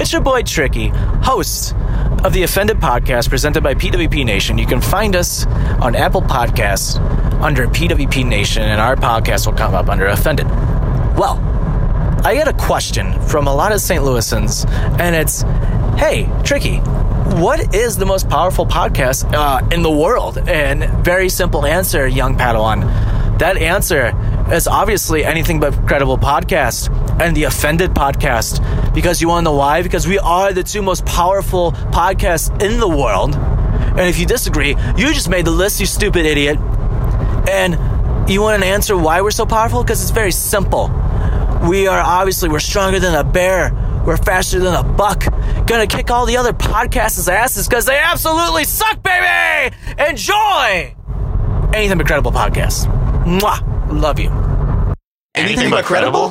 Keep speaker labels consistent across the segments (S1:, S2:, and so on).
S1: It's your boy Tricky, host of the Offended Podcast presented by PWP Nation. You can find us on Apple Podcasts under PWP Nation, and our podcast will come up under Offended. Well, I got a question from a lot of St. Louisans, and it's Hey, Tricky, what is the most powerful podcast uh, in the world? And very simple answer, young Padawan. That answer is obviously anything but credible podcast and the offended podcast. Because you want to know why? Because we are the two most powerful podcasts in the world. And if you disagree, you just made the list, you stupid idiot. And you want an answer why we're so powerful? Because it's very simple. We are obviously we're stronger than a bear. We're faster than a buck. Gonna kick all the other podcasts' asses because they absolutely suck, baby. Enjoy anything but credible podcast. Mwah. Love you.
S2: Anything but credible?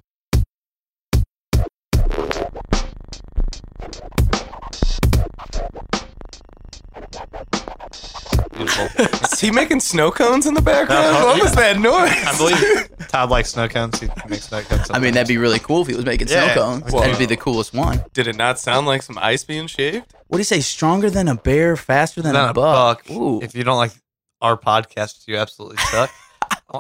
S3: Is he making snow cones in the background?
S2: Uh-huh,
S3: what
S2: yeah.
S3: was that noise?
S2: I believe Todd likes snow cones. He makes snow cones.
S4: I mean, that'd be really cool if he was making
S2: Yeah.
S4: snow cones.
S2: Well-
S4: that'd be the coolest one.
S3: Did it not sound like some ice being shaved?
S4: What do you say? Stronger than a bear, faster than,
S2: not
S4: a buck. Ooh.
S2: If you don't like our podcast, you absolutely suck.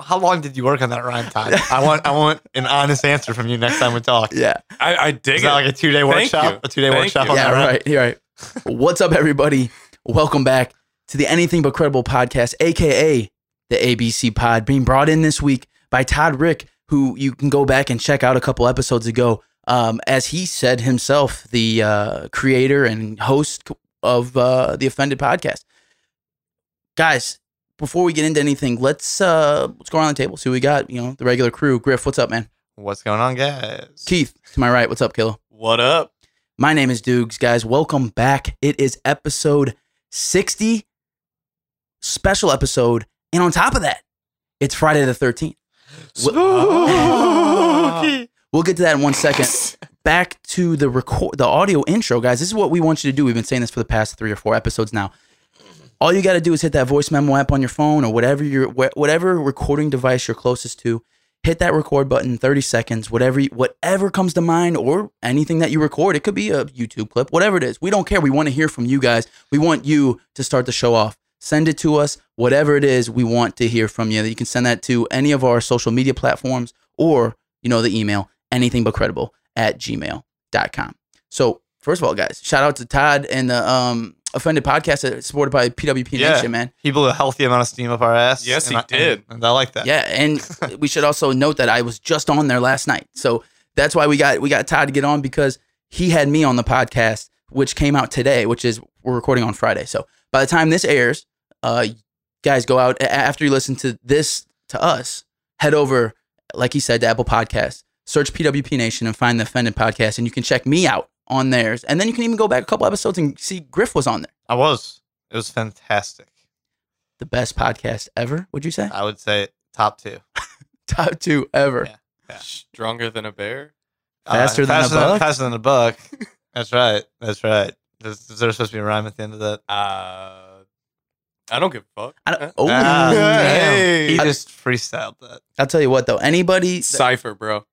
S2: How long did you work on that rhyme, Todd? I want, I want an honest answer from you next time we talk.
S4: yeah.
S3: I, I dig
S2: Is that like a two day workshop?
S3: you.
S2: A two day
S3: Thank
S2: workshop
S3: you.
S2: on
S4: Yeah,
S2: that rhyme?
S4: right. You're right. What's up, everybody? Welcome back to the Anything But Credible podcast, aka the ABC Pod, being brought in this week by Todd Rick, who you can go back and check out a couple episodes ago. Um, as he said himself, the uh, creator and host of uh, the Offended podcast. Guys, before we get into anything, let's uh, let's go around the table. See what we got. You know, the regular crew. Griff, what's up, man?
S2: What's going on, guys?
S4: Keith, to my right, what's up, Kilo?
S3: What up?
S4: My name is Dukes, guys. Welcome back. It is episode 60, special episode. And on top of that, it's Friday the 13th.
S2: Spooky.
S4: We'll get to that in one second. Back to the record the audio intro, guys. This is what we want you to do. We've been saying this for the past three or four episodes now. All you got to do is hit that voice memo app on your phone or whatever your wh- whatever recording device you're closest to. Hit that record button. Thirty seconds, whatever whatever comes to mind, or anything that you record. It could be a YouTube clip, whatever it is. We don't care. We want to hear from you guys. We want you to start the show off. Send it to us. Whatever it is, we want to hear from you. You can send that to any of our social media platforms or you know the email anything but credible at gmail.com so first of all guys shout out to todd and the um offended podcast that is supported by pwp
S2: Yeah.
S4: nation man
S2: He blew a healthy amount of steam up our ass.
S3: Yes,
S2: and
S3: he
S2: I,
S3: did.
S2: And, and I like that.
S4: yeah and we should also note that i was just on there last night so that's why we got we got todd to get on because he had me on the podcast which came out today which is we're recording on friday so by the time this airs uh guys go out a- after you listen to this to us head over like he said to apple Podcasts, search pwp nation and find the offended podcast and you can check me out on theirs and then you can even go back a couple episodes and see griff was on there
S2: I was. It was fantastic.
S4: the best podcast ever would you say
S2: I would say top two.
S4: top two ever
S2: Uh, Yeah. Yeah.
S3: Stronger than a bear?
S4: Faster than a
S2: Uh, faster
S4: buck?
S2: faster than a buck. That's right. That's right. Is, is there supposed to be a rhyme at the end of that?
S3: Uh, I don't give a fuck. Eh.
S4: I don't, oh
S2: Ah,
S4: damn.
S3: hey.
S2: He
S4: I-
S2: just freestyled that.
S4: I'll tell you what though. Anybody,
S3: Cypher, bro.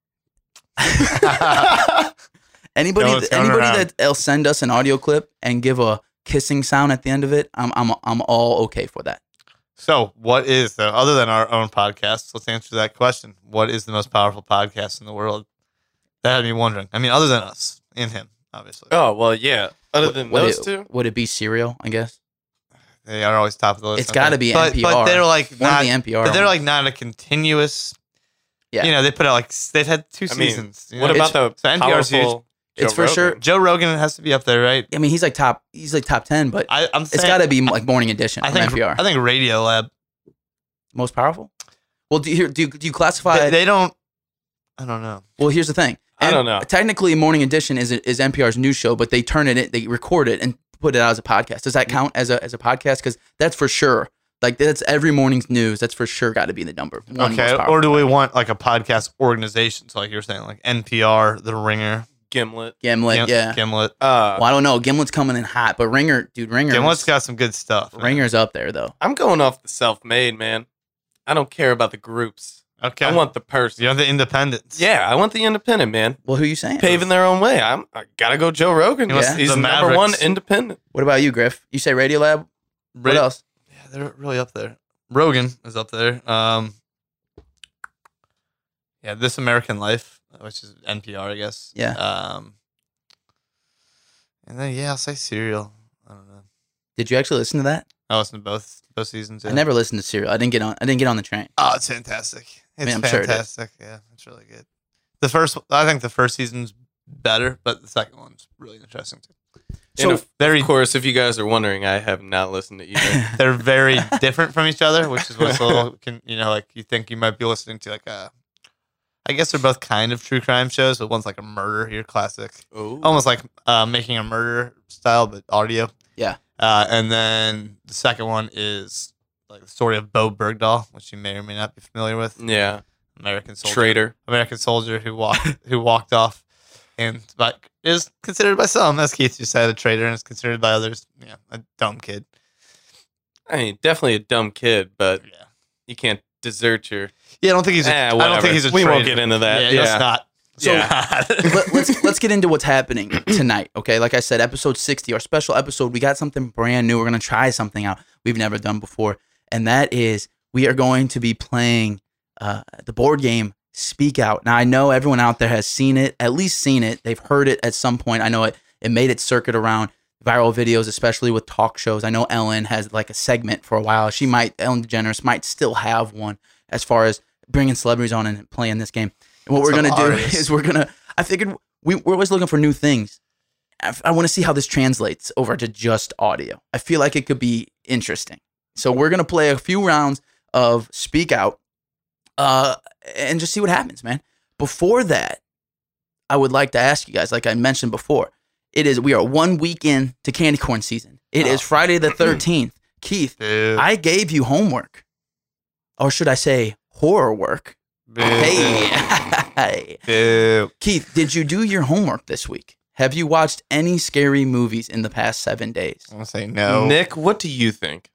S4: anybody,
S2: No, it's going
S4: anybody
S2: around.
S4: that'll send us an audio clip and give a kissing sound at the end of it, I'm, I'm, I'm all okay for that.
S2: So, what is though, other than our own podcast? Let's answer that question. What is the most powerful podcast in the world? That had me wondering. I mean, other than us and him, obviously,
S3: Oh, well, yeah. Other than
S4: would
S3: those
S4: it,
S3: two?
S4: Would it be serial? I guess
S2: they are always top of the list.
S4: It's
S2: I
S4: gotta
S2: think.
S4: be
S2: but, But
S4: NPR.
S2: they're like
S4: one
S2: not.
S4: of the NPR.
S2: But they're
S4: ones.
S2: like not a continuous.
S4: Yeah.
S2: You know, they put out like s- they've had two
S3: I mean,
S2: seasons. you
S3: What
S2: know?
S3: about the
S2: so NPR's huge.
S3: powerful
S4: It's
S3: Joe
S4: for
S3: Rogan?
S4: sure-
S2: Joe Rogan has to be up there, right?
S4: I mean, he's like top. He's like top ten, but
S2: I, I'm.
S4: it's
S2: saying-
S4: got to be like Morning Edition
S2: I
S4: from
S2: think.
S4: NPR.
S2: I think Radio Lab.
S4: Most powerful. Well, do you, do you, do you classify?
S2: They, they don't. I don't know.
S4: well, here's the thing.
S3: I don't know.
S4: Technically, Morning Edition is is NPR's news show, but they turn it, in, they record it, and put it out as a podcast. Does
S2: Mm-hmm.
S4: that count as a as a podcast? Because that's for sure. Like that's every morning's news. That's for sure. Got to be the number one. most
S2: okay.
S4: powerful.
S2: Or do we want like a podcast organization? So like you're saying, like NPR, The Ringer,
S3: Gimlet.
S4: Gimlet,
S2: Gim-
S4: yeah.
S2: Gimlet.
S3: Uh,
S4: Well, I don't know. Gimlet's coming in hot, but Ringer, dude, Ringer,
S2: Gimlet's got some good stuff.
S4: Ringer's up there though.
S3: I'm going off the self made, man. I don't care about the groups.
S2: Okay.
S3: I want the person.
S2: you want the independence.
S3: Yeah, I want the independent man
S4: Well, who you saying?
S3: paving their own way. I'm I gotta go Joe Rogan.
S4: He wants Yeah.
S3: He's
S2: the
S3: the number one
S2: Mavericks.
S3: independent.
S4: What about you, Griff? You say Radiolab?
S2: Ra-
S4: What else?
S2: Yeah, they're really up there. Rogan is up there. Um, yeah, This American Life, which is NPR, I guess.
S4: Yeah.
S2: Um, and then yeah, I'll say Serial. I don't know.
S4: Did you actually listen to that?
S2: I listened to both both seasons. Yeah.
S4: I never listened to Serial. I didn't get on. I didn't get on the train.
S2: Oh, it's fantastic. It's
S4: Man, I'm sure it is.
S2: fantastic. yeah, it's really good. The first, I think the first season's better, but the second one's really interesting too.
S3: So,
S4: So-
S3: of,
S2: Very,
S3: of course, if you guys are wondering, I have not listened to either.
S2: they're very different from each other, which is what's a little, can, you know, like you think you might be listening to like a. I guess they're both kind of true crime shows, but one's like a murder, your classic,
S3: oh,
S2: almost like uh, making a murder style, but audio.
S4: Yeah.
S2: Uh, and then the second one is like the story of Bo Bergdahl, which you may or may not be familiar with,
S3: yeah,
S2: American soldier.
S3: traitor.
S2: American soldier who walked who walked off, and like is considered by some, as Keith just said, a traitor, and is considered by others, yeah, a dumb kid.
S3: I mean, definitely a dumb kid, but
S2: Yeah,
S3: you can't desert your.
S2: yeah. I don't think he's. A,
S3: Eh,
S2: I don't
S3: whatever.
S2: think he's a.
S3: We won't
S2: traitor.
S3: get into that.
S2: Yeah,
S3: Yeah.
S2: that's not. So
S3: Yeah.
S2: not.
S4: Let, let's let's get into what's happening tonight. Okay, like I said, episode sixty, our special episode. We got something brand new. We're gonna try something out we've never done before, and that is we are going to be playing uh, the board game Speak Out. Now I know everyone out there has seen it, at least seen it. They've heard it at some point. I know it. It made its circuit around viral videos, especially with talk shows. I know Ellen has like a segment for a while. She might Ellen DeGeneres might still have one as far as bringing celebrities on and playing this game. And what we're
S2: Some
S4: gonna
S2: artists.
S4: do is we're gonna. I figured we, we're always looking for new things. I, want to see how this translates over to just audio. I feel like it could be interesting. So we're gonna play a few rounds of Speak Out, uh, and just see what happens, man. Before that, I would like to ask you guys, like I mentioned before, it is we are one week in to candy corn season. It is
S2: Oh.
S4: Friday the thirteenth. Keith,
S2: Boo.
S4: I gave you homework, or should I say horror work?
S2: Boo.
S4: Hey,
S2: Boo.
S4: Keith, did you do your homework this week? Have you watched any scary movies in the past seven days?
S2: I'm gonna say no.
S3: Nick, what do you think?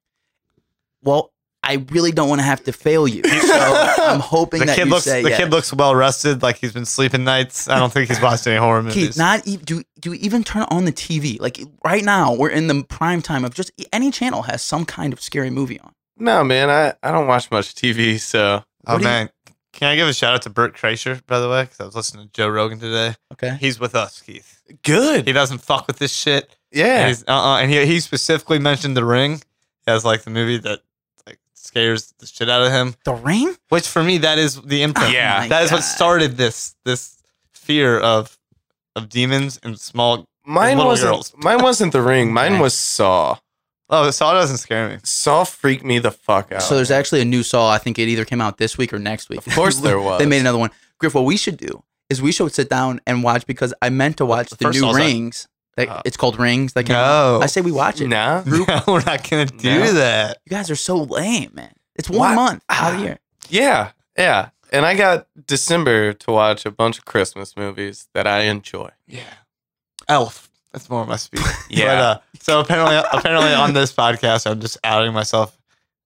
S4: Well, I really don't want to have to fail you, so I'm hoping
S2: The
S4: that
S2: kid
S4: you
S2: looks. The
S4: say yes.
S2: kid looks well rested, like he's been sleeping nights. I don't think he's watched any horror movies.
S4: Keith, not even do do even turn on the TV. Like right now, we're in the prime time of just any channel has some kind of scary movie on.
S3: No, man, I, I don't watch much TV, so
S2: oh
S4: what do you-
S2: man, can I give a shout out to Bert Kreischer by the way? Because I was listening to Joe Rogan today.
S4: Okay,
S2: He's with us, Keith. He
S3: good.
S2: doesn't fuck with this shit. And,
S3: Yeah,
S2: he's, uh-uh, and he, he specifically mentioned The Ring as like the movie that like scares the shit out of him.
S4: The Ring.
S2: Which for me, that is the imprint.
S3: Yeah.
S4: my
S2: that is what
S4: God.
S2: started this this fear of of demons and small.
S3: mine
S2: Little
S3: wasn't.
S2: girls.
S3: Mine wasn't the ring. Mine
S4: Okay.
S3: was Saw.
S2: Oh, Saw doesn't scare me.
S3: Saw freaked me the fuck out.
S4: So there's actually a new Saw. I think it either came out this week or next week.
S3: Of course there was.
S4: they made another one. Griff, what we should do is we should sit down and watch because I meant to watch
S2: The
S4: the,
S2: first
S4: new
S2: Saw's out.
S4: Rings. That,
S2: Uh,
S4: it's called Rings. That came out.
S2: No,
S4: I say we watch it.
S3: Nah.
S2: no, we're not gonna do
S3: No.
S2: that.
S4: You guys are so lame, man. It's
S3: What?
S4: one month out of year.
S3: Yeah, yeah. And I got December to watch a bunch of Christmas movies that I enjoy.
S2: Yeah, Elf. That's more my speed.
S3: Yeah.
S2: But, uh, so apparently, apparently on this podcast, I'm just outing myself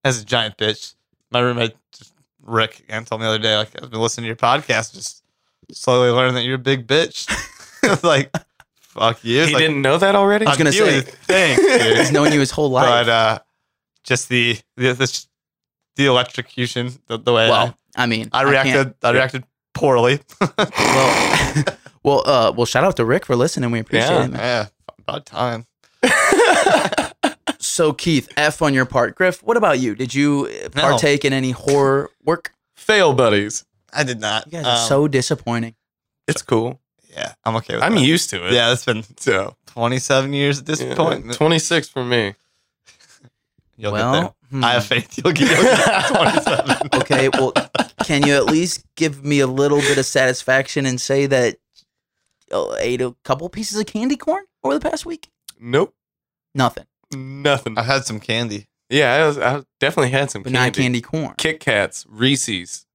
S2: as a giant bitch. My roommate just- Rick again told me the other day, like I've been listening to your podcast, just slowly learning that you're a big bitch. It's like, fuck you. It's
S3: he
S2: like,
S3: didn't know that already.
S4: was
S2: fuck
S4: gonna
S2: you
S4: say-
S2: is a thing, dude.
S4: He's known you his whole life.
S2: but uh, just the the the, sh- the electrocution, the, the way
S4: well, I mean,
S2: I, I
S4: can't-
S2: reacted, I, reacted poorly.
S4: Well, well, uh, well, shout out to Rick for listening. We appreciate
S3: Yeah.
S4: it, man.
S2: yeah, about time.
S4: So Keith, F on your part. Griff, what about you? Did you uh,
S2: No.
S4: partake in any horror work?
S3: Fail buddies.
S2: I did not.
S4: You guys are
S2: Um,
S4: so disappointing.
S3: It's cool.
S2: yeah, I'm okay with
S3: I'm
S2: that.
S3: used to it.
S2: Yeah, it's been
S3: So
S2: 27 years at this
S3: yeah,
S2: point.
S3: 26 for me.
S2: You'll get there.
S4: well, hmm.
S2: I have faith you'll get, you'll get to 27.
S4: okay. Well, can you at least give me a little bit of satisfaction and say that uh, ate a couple pieces of candy corn over the past week?
S3: Nope.
S4: Nothing,
S3: Nothing.
S2: I've had some candy.
S3: Yeah, I, was, I definitely had some
S4: but
S3: candy.
S4: not candy corn.
S3: Kit Kats, Reese's,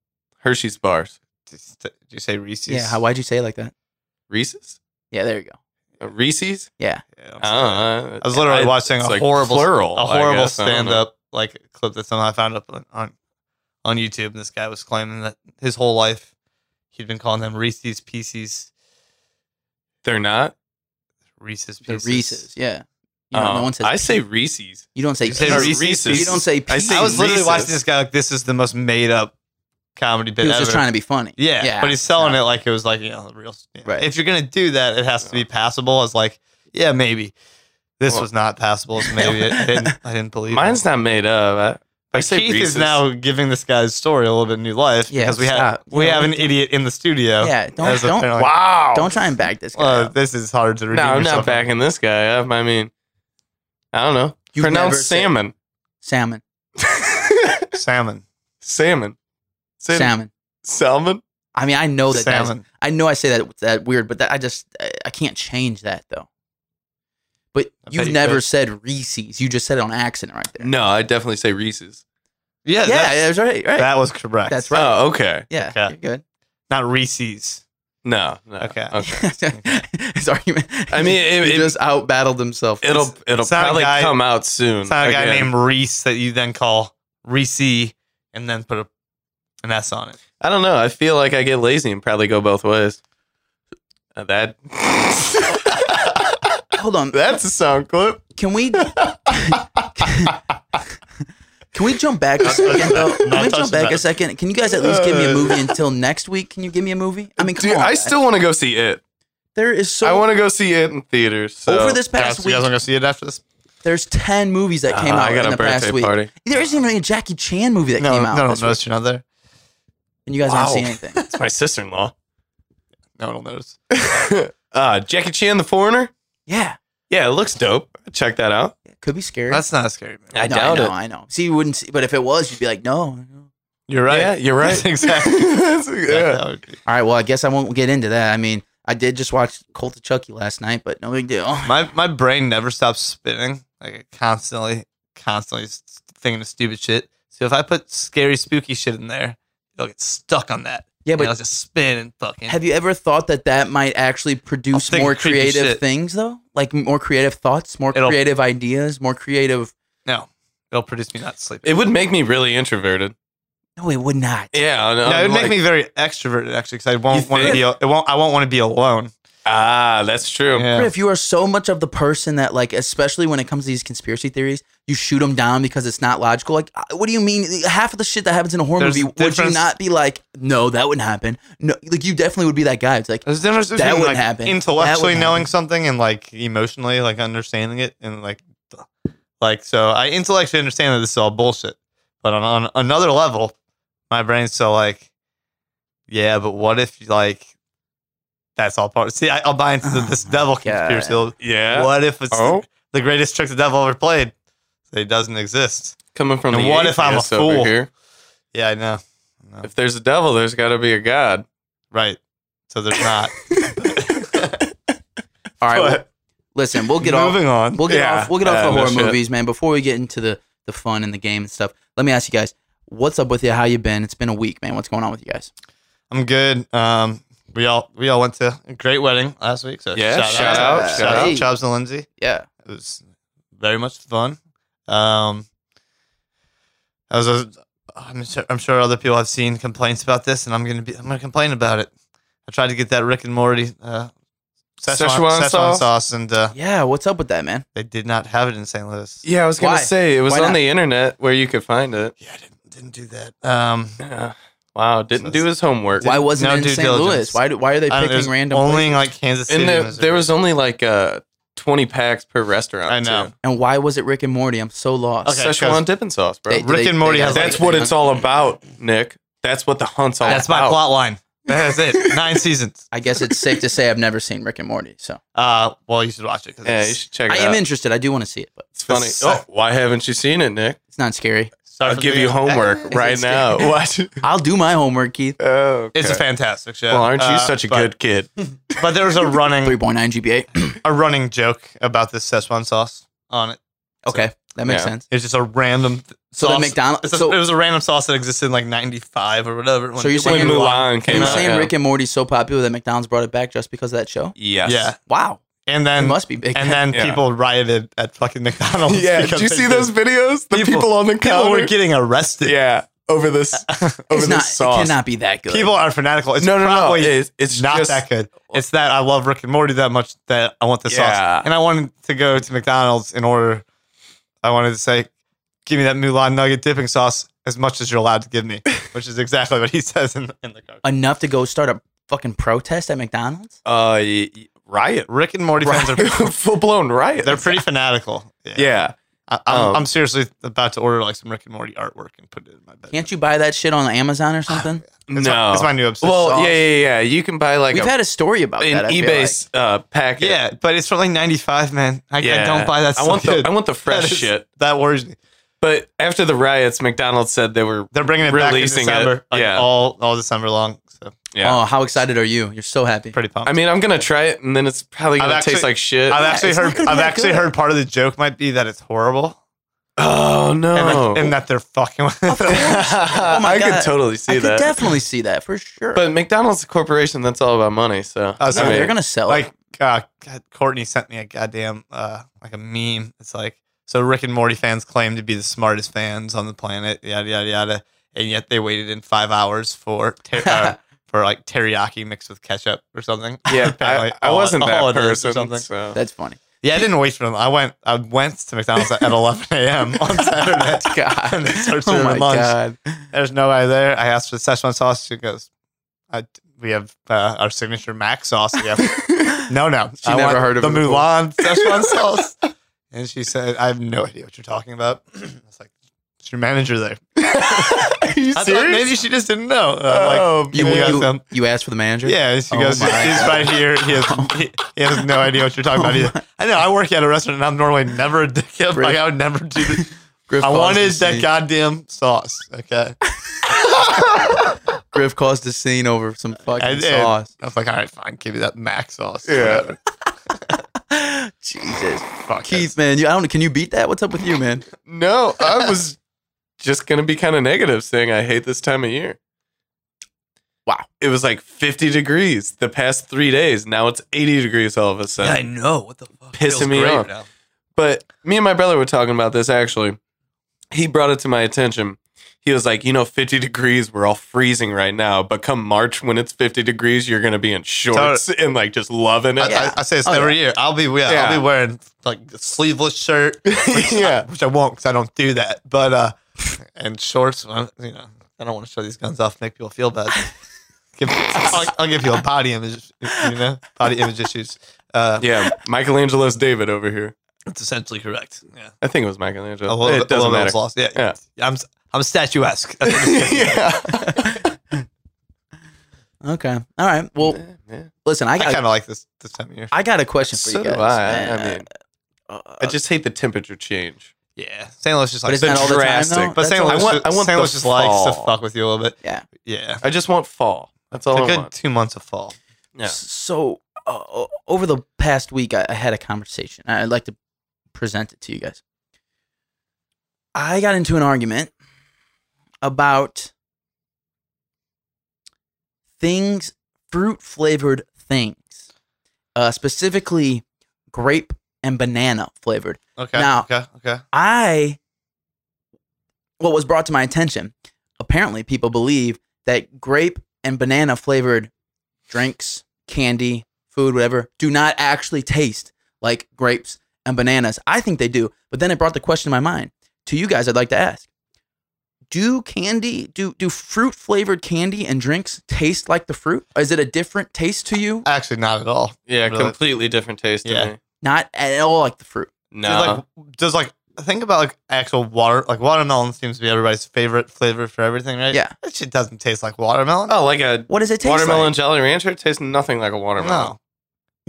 S3: Hershey's bars.
S2: Did did you say Reese's?
S4: Yeah. How, why'd you say it like that?
S3: Reese's?
S4: Yeah. There you go.
S3: Uh, Reese's?
S4: Yeah.
S2: Yeah, I'm sorry.
S3: Uh,
S2: I was literally watching a horrible,
S3: plural,
S2: a
S3: I
S2: horrible
S3: guess. I don't know.
S2: stand up like clip that somehow I found up on, on on YouTube, and this guy was claiming that his whole life he'd been calling them Reese's Pieces,
S3: They're not.
S2: Reese's
S4: The
S2: Pieces.
S4: Reese's, yeah. You know, no
S3: Oh,
S4: one says
S3: I say Reese's.
S4: you don't say,
S2: You say
S4: Pieces.
S2: Reese's.
S4: You don't say
S3: I say
S2: I was literally
S3: Reese's.
S2: watching this guy like this is the most made up comedy
S4: he
S2: bit
S4: was
S2: ever.
S4: just trying to be funny.
S2: yeah, but he's selling
S4: no.
S2: it like it was like you know real. yeah.
S4: Right.
S2: If you're gonna do that, it has to be passable. As like, yeah, maybe. This
S3: Well-
S2: was not passable. So maybe it didn't, I didn't believe. it.
S3: Mine's not made up. I, I
S2: Like
S3: say
S2: Keith
S3: Reese's.
S2: is now giving this guy's story a little bit new life
S4: Yeah,
S2: because we have
S3: stop.
S2: we
S4: Yeah,
S2: have
S4: we
S2: an idiot in the studio.
S4: Yeah, don't-
S2: As
S4: don't-
S2: apparently-
S3: Wow.
S4: Don't try and bag this guy.
S2: Well,
S4: up.
S2: this is hard to redeem
S3: No, I'm
S2: yourself
S3: not
S2: from.
S3: backing this guy up. I mean, I don't know.
S4: You
S3: Pronounce
S4: never say-
S3: salmon.
S4: Salmon,
S2: Salmon.
S3: salmon. Say it.
S4: salmon.
S3: Salmon.
S4: I mean, I know that. that's-
S2: Salmon.
S4: I know I say that that weird, but that, I just I, I can't change that though. But
S2: I
S4: you've
S2: bet you
S4: never
S2: could.
S4: said Reese's. You just said it on accident right there.
S3: No, I definitely say Reese's.
S2: Yeah,
S4: yeah,
S2: that's-
S4: that's right. Right.
S2: that was correct.
S4: that's right.
S3: Oh, okay.
S4: yeah.
S2: okay.
S4: You're good.
S2: not Reese's.
S3: No, no.
S2: Okay.
S4: His argument.
S3: I mean, it-
S4: he
S3: it-
S4: just out battled himself.
S3: It'll it'll
S2: It's not a
S3: probably
S2: guy-
S3: come out soon.
S2: It's not a guy
S3: again.
S2: named Reese that you then call Reese and then put a, an S on it.
S3: I don't know. I feel like I get lazy and probably go both ways. Uh, that
S4: hold on.
S3: that's a sound clip.
S4: Can we? Can we jump back a second? Though? Can we
S2: touching
S4: jump back
S2: that.
S4: a second? Can you guys at least give me a movie until next week? Can you give me a movie? I mean, come
S3: Dude,
S4: on,
S3: I
S4: guys.
S3: still want to go see it.
S4: there is so
S3: I want to go see it in theaters. So.
S4: over this past
S2: Guys, you
S4: week.
S2: guys want to see it after this?
S4: There's ten movies that came
S3: Uh,
S4: out
S3: I got
S4: in
S3: a
S4: the past
S3: birthday
S4: week.
S3: party.
S4: There isn't even a Jackie Chan movie that
S2: no,
S4: came out,
S2: no, no,
S4: this week,
S2: notice you're not there.
S4: and you guys
S3: Wow.
S4: haven't seen anything.
S3: It's my sister in law.
S2: No one will notice.
S3: uh, Jackie Chan, The Foreigner.
S4: Yeah,
S3: Yeah, it looks dope. Check that out.
S4: it could be scary.
S2: That's not a scary movie.
S3: I
S4: No,
S3: doubt
S4: I know,
S3: it.
S4: I know. See, you wouldn't see, but if it was, you'd be like, no. no.
S2: You're right.
S3: Yeah, you're right.
S2: exactly.
S3: That's- yeah.
S2: That would be-
S4: All right. Well, I guess I won't get into that. I mean, I did just watch Cult of Chucky last night, but no big deal.
S2: My my brain never stops spinning. Like it constantly, constantly s- thinking of stupid shit. So if I put scary, spooky shit in there, it'll get stuck on that.
S4: Yeah,
S2: and
S4: but
S2: it'll just spin and fucking.
S4: Have you ever thought that that might actually produce
S2: think
S4: more
S2: creepy
S4: creative
S2: shit.
S4: things, though? Like more creative thoughts, more
S2: It'll-
S4: creative ideas, more creative.
S2: no, it'll produce me not sleeping.
S3: It would make me really introverted.
S4: No, it would not.
S3: Yeah. I know,
S2: no, it would
S3: um, like-
S2: make me very extroverted actually, because I won't
S3: You
S2: want to
S3: think?
S2: be. It won't. I won't want to be alone.
S3: Ah, that's true.
S2: Yeah.
S4: If you are so much of the person that, like, especially when it comes to these conspiracy theories, you shoot them down because it's not logical. Like, uh, what do you mean? Half of the shit that happens in a horror
S2: There's
S4: movie, would you
S2: difference-
S4: not be like, no, that wouldn't happen? No, like, you definitely would be that guy. It's like,
S2: There's a difference
S4: That
S2: between
S4: wouldn't
S2: like
S4: happen. That
S2: intellectually
S4: wouldn't
S2: knowing
S4: happen.
S2: something and like emotionally like understanding it and like th- like so I intellectually understand that this is all bullshit, but on, on another level, my brain's so like, yeah, but what if like that's all part? See, I, I'll buy into the,
S4: Oh
S2: this
S4: my
S2: devil
S4: God.
S2: conspiracy.
S3: Yeah.
S2: What if it's
S3: Oh,
S2: the greatest trick the devil ever played? It doesn't exist.
S3: coming from
S2: And
S3: the
S2: what if I'm a
S3: atheist over
S2: fool?
S3: Here.
S2: Yeah, I know. I know.
S3: If there's a devil, there's got to be a god.
S2: Right. So there's not.
S4: all right,
S3: But-
S4: well, listen, we'll get off.
S2: Moving on.
S4: We'll get
S3: Yeah.
S4: off. We'll get off
S3: Uh,
S4: the
S3: no
S4: horror
S3: shit.
S4: movies, man. Before we get into the the fun and the game and stuff, let me ask you guys, what's up with you? How you been? It's been a week, man. What's going on with you guys?
S2: I'm good. Um, we all we all went to a great wedding last week. So
S3: Yeah,
S2: shout,
S3: shout
S2: out,
S3: out,
S2: shout out,
S4: hey.
S2: Chubbs and Lindsay.
S4: Yeah,
S2: It was very much fun. Um, I was, a, I'm sure I'm sure other people have seen complaints about this, and I'm gonna be I'm gonna complain about it. I tried to get that Rick and Morty uh,
S3: Szechuan
S2: Szechuan, Szechuan sauce.
S3: sauce?
S2: and uh,
S4: yeah. What's up with that, man?
S2: they did not have it in St. Louis.
S3: Yeah, I was gonna
S4: Why?
S3: say it was
S4: Why
S3: on
S4: not?
S3: the internet where you could find it.
S2: Yeah, I didn't didn't do that. Um,
S3: Yeah. Wow, didn't do his homework.
S4: Why wasn't
S2: no
S4: it in
S2: due
S4: St.
S2: diligence.
S4: Louis? Why do, Why are they
S2: I don't- there's
S4: picking random?
S2: only
S4: places?
S2: in like Kansas
S3: And
S2: City. and
S3: there,
S2: Missouri.
S3: there was only like uh, 20 packs per restaurant.
S2: I know.
S3: too.
S4: and why was it Rick and Morty? I'm so lost.
S2: Okay,
S3: Szechuan dipping sauce, bro.
S4: They-
S2: Rick and Morty has
S4: got
S3: That's
S4: like-
S3: what it's all about, Nick. That's what the hunt's all
S2: That's my
S3: about.
S2: plot line. That's it. Nine seasons.
S4: I guess it's safe to say I've never seen Rick and Morty, so
S2: Uh, well, you should watch it. Cause
S3: Yeah,
S2: it's-
S3: you should check
S4: I
S3: it
S4: am
S3: out.
S4: interested. I do want to see it, but
S3: It's funny.
S2: This-
S3: Oh, why haven't you seen it, Nick?
S4: it's not scary.
S2: start
S3: I'll
S2: from the
S3: give you
S2: beginning.
S3: homework right
S4: It's-
S3: now. Watch it.
S4: I'll do my homework, Keith.
S3: Oh, okay.
S2: It's a fantastic show.
S3: Well, aren't you
S2: Uh,
S3: such a
S2: but-
S3: good kid?
S2: But there was a running
S4: 3.9 GPA.
S2: a running joke about this Szechuan sauce on it.
S4: okay, that makes
S3: Yeah.
S4: sense.
S2: It was just a random th-
S4: So
S2: sauce.
S4: the McDonald's.
S2: It's a-
S4: So,
S2: it was a random sauce that existed in like '95 or whatever.
S4: So you're
S3: When
S4: saying-
S3: Mulan
S4: are
S3: came
S4: you
S3: out.
S4: saying
S3: yeah.
S4: Rick and Morty's so popular that McDonald's brought it back just because of that show?
S3: Yes.
S2: yeah,
S4: Wow,
S2: and
S4: it
S2: then
S4: must be big.
S2: and then
S3: Yeah.
S2: people rioted at fucking McDonald's.
S3: Yeah,
S2: because
S3: did you
S2: they
S3: see
S2: did-
S3: those videos? The
S2: People-
S3: people, on the
S2: People
S3: counter.
S2: were getting arrested.
S3: yeah, over this over
S4: It's
S3: this
S4: not.
S3: sauce.
S4: It cannot be that good.
S2: People are fanatical. It's
S3: no, no, no.
S2: probably
S3: It's, it's
S2: not
S3: just,
S2: that good. It's that I love Rick and Morty that much that I want the
S3: Yeah.
S2: sauce. And I wanted to go to McDonald's in order. I wanted to say, give me that Mulan nugget dipping sauce as much as you're allowed to give me, which is exactly what he says in, in the card.
S4: enough to go start a fucking protest at McDonald's.
S3: Uh, y- y- riot.
S2: Rick and Morty fans are
S3: Full blown riot.
S2: they're pretty fanatical.
S3: yeah.
S2: I, I'm,
S3: Um,
S2: I'm seriously about to order like some Rick and Morty artwork and put it in my bed.
S4: Can't you buy that shit on Amazon or something?
S2: It's
S3: no.
S2: my, it's my new obsession.
S3: well, yeah, yeah, yeah. You can buy like
S4: We've
S3: a,
S4: had a story about
S3: an
S4: that. I feel
S3: eBay
S4: like.
S3: uh, packet.
S2: yeah, but it's from like '95, man. I, I don't buy that.
S3: I
S2: stuff,
S3: want the
S2: dude.
S3: I want the fresh
S2: That is-
S3: shit.
S2: That worries me.
S3: But after the riots, McDonald's said they were
S2: They're bringing it
S3: Releasing
S2: back in December,
S3: it,
S2: like,
S3: yeah.
S2: all all December long. So
S3: yeah.
S4: Oh, how excited are you? You're so happy.
S2: pretty pumped.
S3: I mean, I'm gonna try it, and then it's probably gonna
S2: I've
S3: taste
S2: actually-
S3: like shit.
S2: I've actually
S4: it's not
S2: heard
S4: gonna be
S2: I've
S4: that
S2: actually
S4: good.
S2: heard part of the joke might be that it's horrible
S3: oh
S2: and,
S3: no!
S2: that, and that they're fucking with it.
S4: my
S3: Oh I
S4: God.
S3: could totally see
S4: I could
S3: that.
S4: definitely see that for sure.
S3: but McDonald's is a corporation that's all about money, so,
S2: Oh, so
S4: No,
S2: I mean,
S4: they're gonna sell it.
S2: like uh, God, Courtney sent me a goddamn uh, like a meme. It's like so Rick and Morty fans claim to be the smartest fans on the planet, yada yada yada, and yet they waited in five hours for ter- uh, for like teriyaki mixed with ketchup or something.
S3: yeah, I,
S2: Apparently
S3: I
S2: all-
S3: wasn't
S2: all
S3: that
S2: it is or
S3: person. so.
S4: That's funny.
S2: Yeah, I didn't wait for them. I went I went to McDonald's at 11 a.m. on Saturday.
S4: God.
S2: And they start
S4: oh
S2: serving
S4: my
S2: lunch.
S4: God.
S2: There's nobody there. I asked for the Szechuan sauce. She goes, I, "We have uh, our signature mac sauce." I go, no, no.
S3: She never heard of
S2: the
S3: it before.
S2: Mulan Szechuan sauce. And she said, "I have no idea what you're talking about." I was like, "It's your manager there."
S3: Are you
S2: I thought
S3: serious?
S2: maybe she just didn't know. And I'm like,
S3: oh,
S2: You
S4: You,
S2: will-
S3: man.
S2: guys
S4: you,
S2: them.
S4: you asked for the manager?
S2: yeah, and she
S4: Oh
S2: goes,
S4: my
S2: he's right here. He has, he, he has no idea what you're
S3: Oh
S2: talking about either. I know. I work at a restaurant, and I'm normally never a dickhead. Like I would never do this.
S4: Griff
S2: I
S4: caused
S2: wanted
S4: the
S2: that
S4: scene.
S2: goddamn sauce. Okay.
S4: Griff caused a scene over some fucking
S2: I did.
S4: sauce.
S2: I was like, all right, fine, give me that mac sauce.
S3: Yeah.
S4: Jesus,
S2: Fuck
S4: Keith, man, you I don't. Can you beat that? What's up with you, man?
S3: No, I was just gonna be kind of negative, saying I hate this time of year.
S4: Wow.
S3: it was like 50 degrees the past three days. Now it's 80 degrees all of a sudden.
S2: know. What the fuck?
S3: Pissing me off. But me and my brother were talking about this actually. He brought it to my attention. He was like, you know, 50 degrees, we're all freezing right now, but come March when it's 50 degrees, you're going to be in shorts and like just loving
S2: I,
S3: it.
S4: Yeah.
S2: I, I say this
S4: Oh,
S2: every year. I'll be yeah, I'll
S3: Yeah.
S2: be wearing like a sleeveless shirt,
S3: yeah.
S2: which I won't because I don't do that. But uh, and shorts. well, You know, I don't want to show these guns off, make people feel bad. give, I'll, I'll give you a body image. You know, body image issues. Uh,
S3: Yeah. Michelangelo's David over here.
S2: It's essentially correct. Yeah,
S3: I think it was Michelangelo.
S2: a little,
S3: it
S2: bit, a
S3: doesn't
S2: little bit
S3: matter.
S2: was lost. Yeah,
S3: Yeah.
S2: I'm I'm statuesque. That's what it's-
S3: yeah.
S4: Okay, all right. Well,
S3: Yeah.
S4: listen, I
S2: I
S4: got
S2: kind of like this this time of year.
S4: I got a question for
S3: So
S4: you
S3: do
S4: guys.
S3: I. I- I
S4: man.
S3: mean,
S4: Uh,
S3: I just hate the temperature change.
S2: Yeah, St. Louis just
S4: but
S2: like
S4: it's not all the time
S3: drastic,
S4: though.
S2: But
S4: That's
S2: St.
S4: all-
S2: Louis,
S3: I want- I want
S2: St. Louis
S3: the
S2: just likes to
S3: fall.
S2: fuck with you a little bit.
S4: Yeah.
S2: yeah. It's
S3: I just want fall. That's all
S2: a
S3: I
S2: good
S3: want.
S2: two months of fall.
S3: Yeah.
S4: So uh, o- over the past week, I, I had a conversation. I- I'd like to present it to you guys. I got into an argument about things, fruit flavored things, uh, specifically grape and banana flavored.
S2: Okay.
S4: Now-
S2: okay. Okay.
S4: I what was brought to my attention. Apparently, people believe that grape and banana flavored drinks, candy, food, whatever, do not actually taste like grapes and bananas. I think they do, but then it brought the question to my mind. To you guys, I'd like to ask: Do candy, do do fruit flavored candy and drinks taste like the fruit? Is it a different taste to you?
S2: Actually, not at all.
S3: Yeah,
S2: Really?
S3: completely different taste
S2: Yeah.
S3: to me.
S4: Not at all like the fruit.
S3: No.
S2: Dude, like, does like think about like actual water? Like watermelon seems to be everybody's favorite flavor for everything, right?
S4: Yeah.
S2: That shit doesn't taste like watermelon.
S3: oh, like a
S4: What does it taste
S3: watermelon
S4: like?
S3: Jolly Rancher tastes nothing like a watermelon.
S2: no.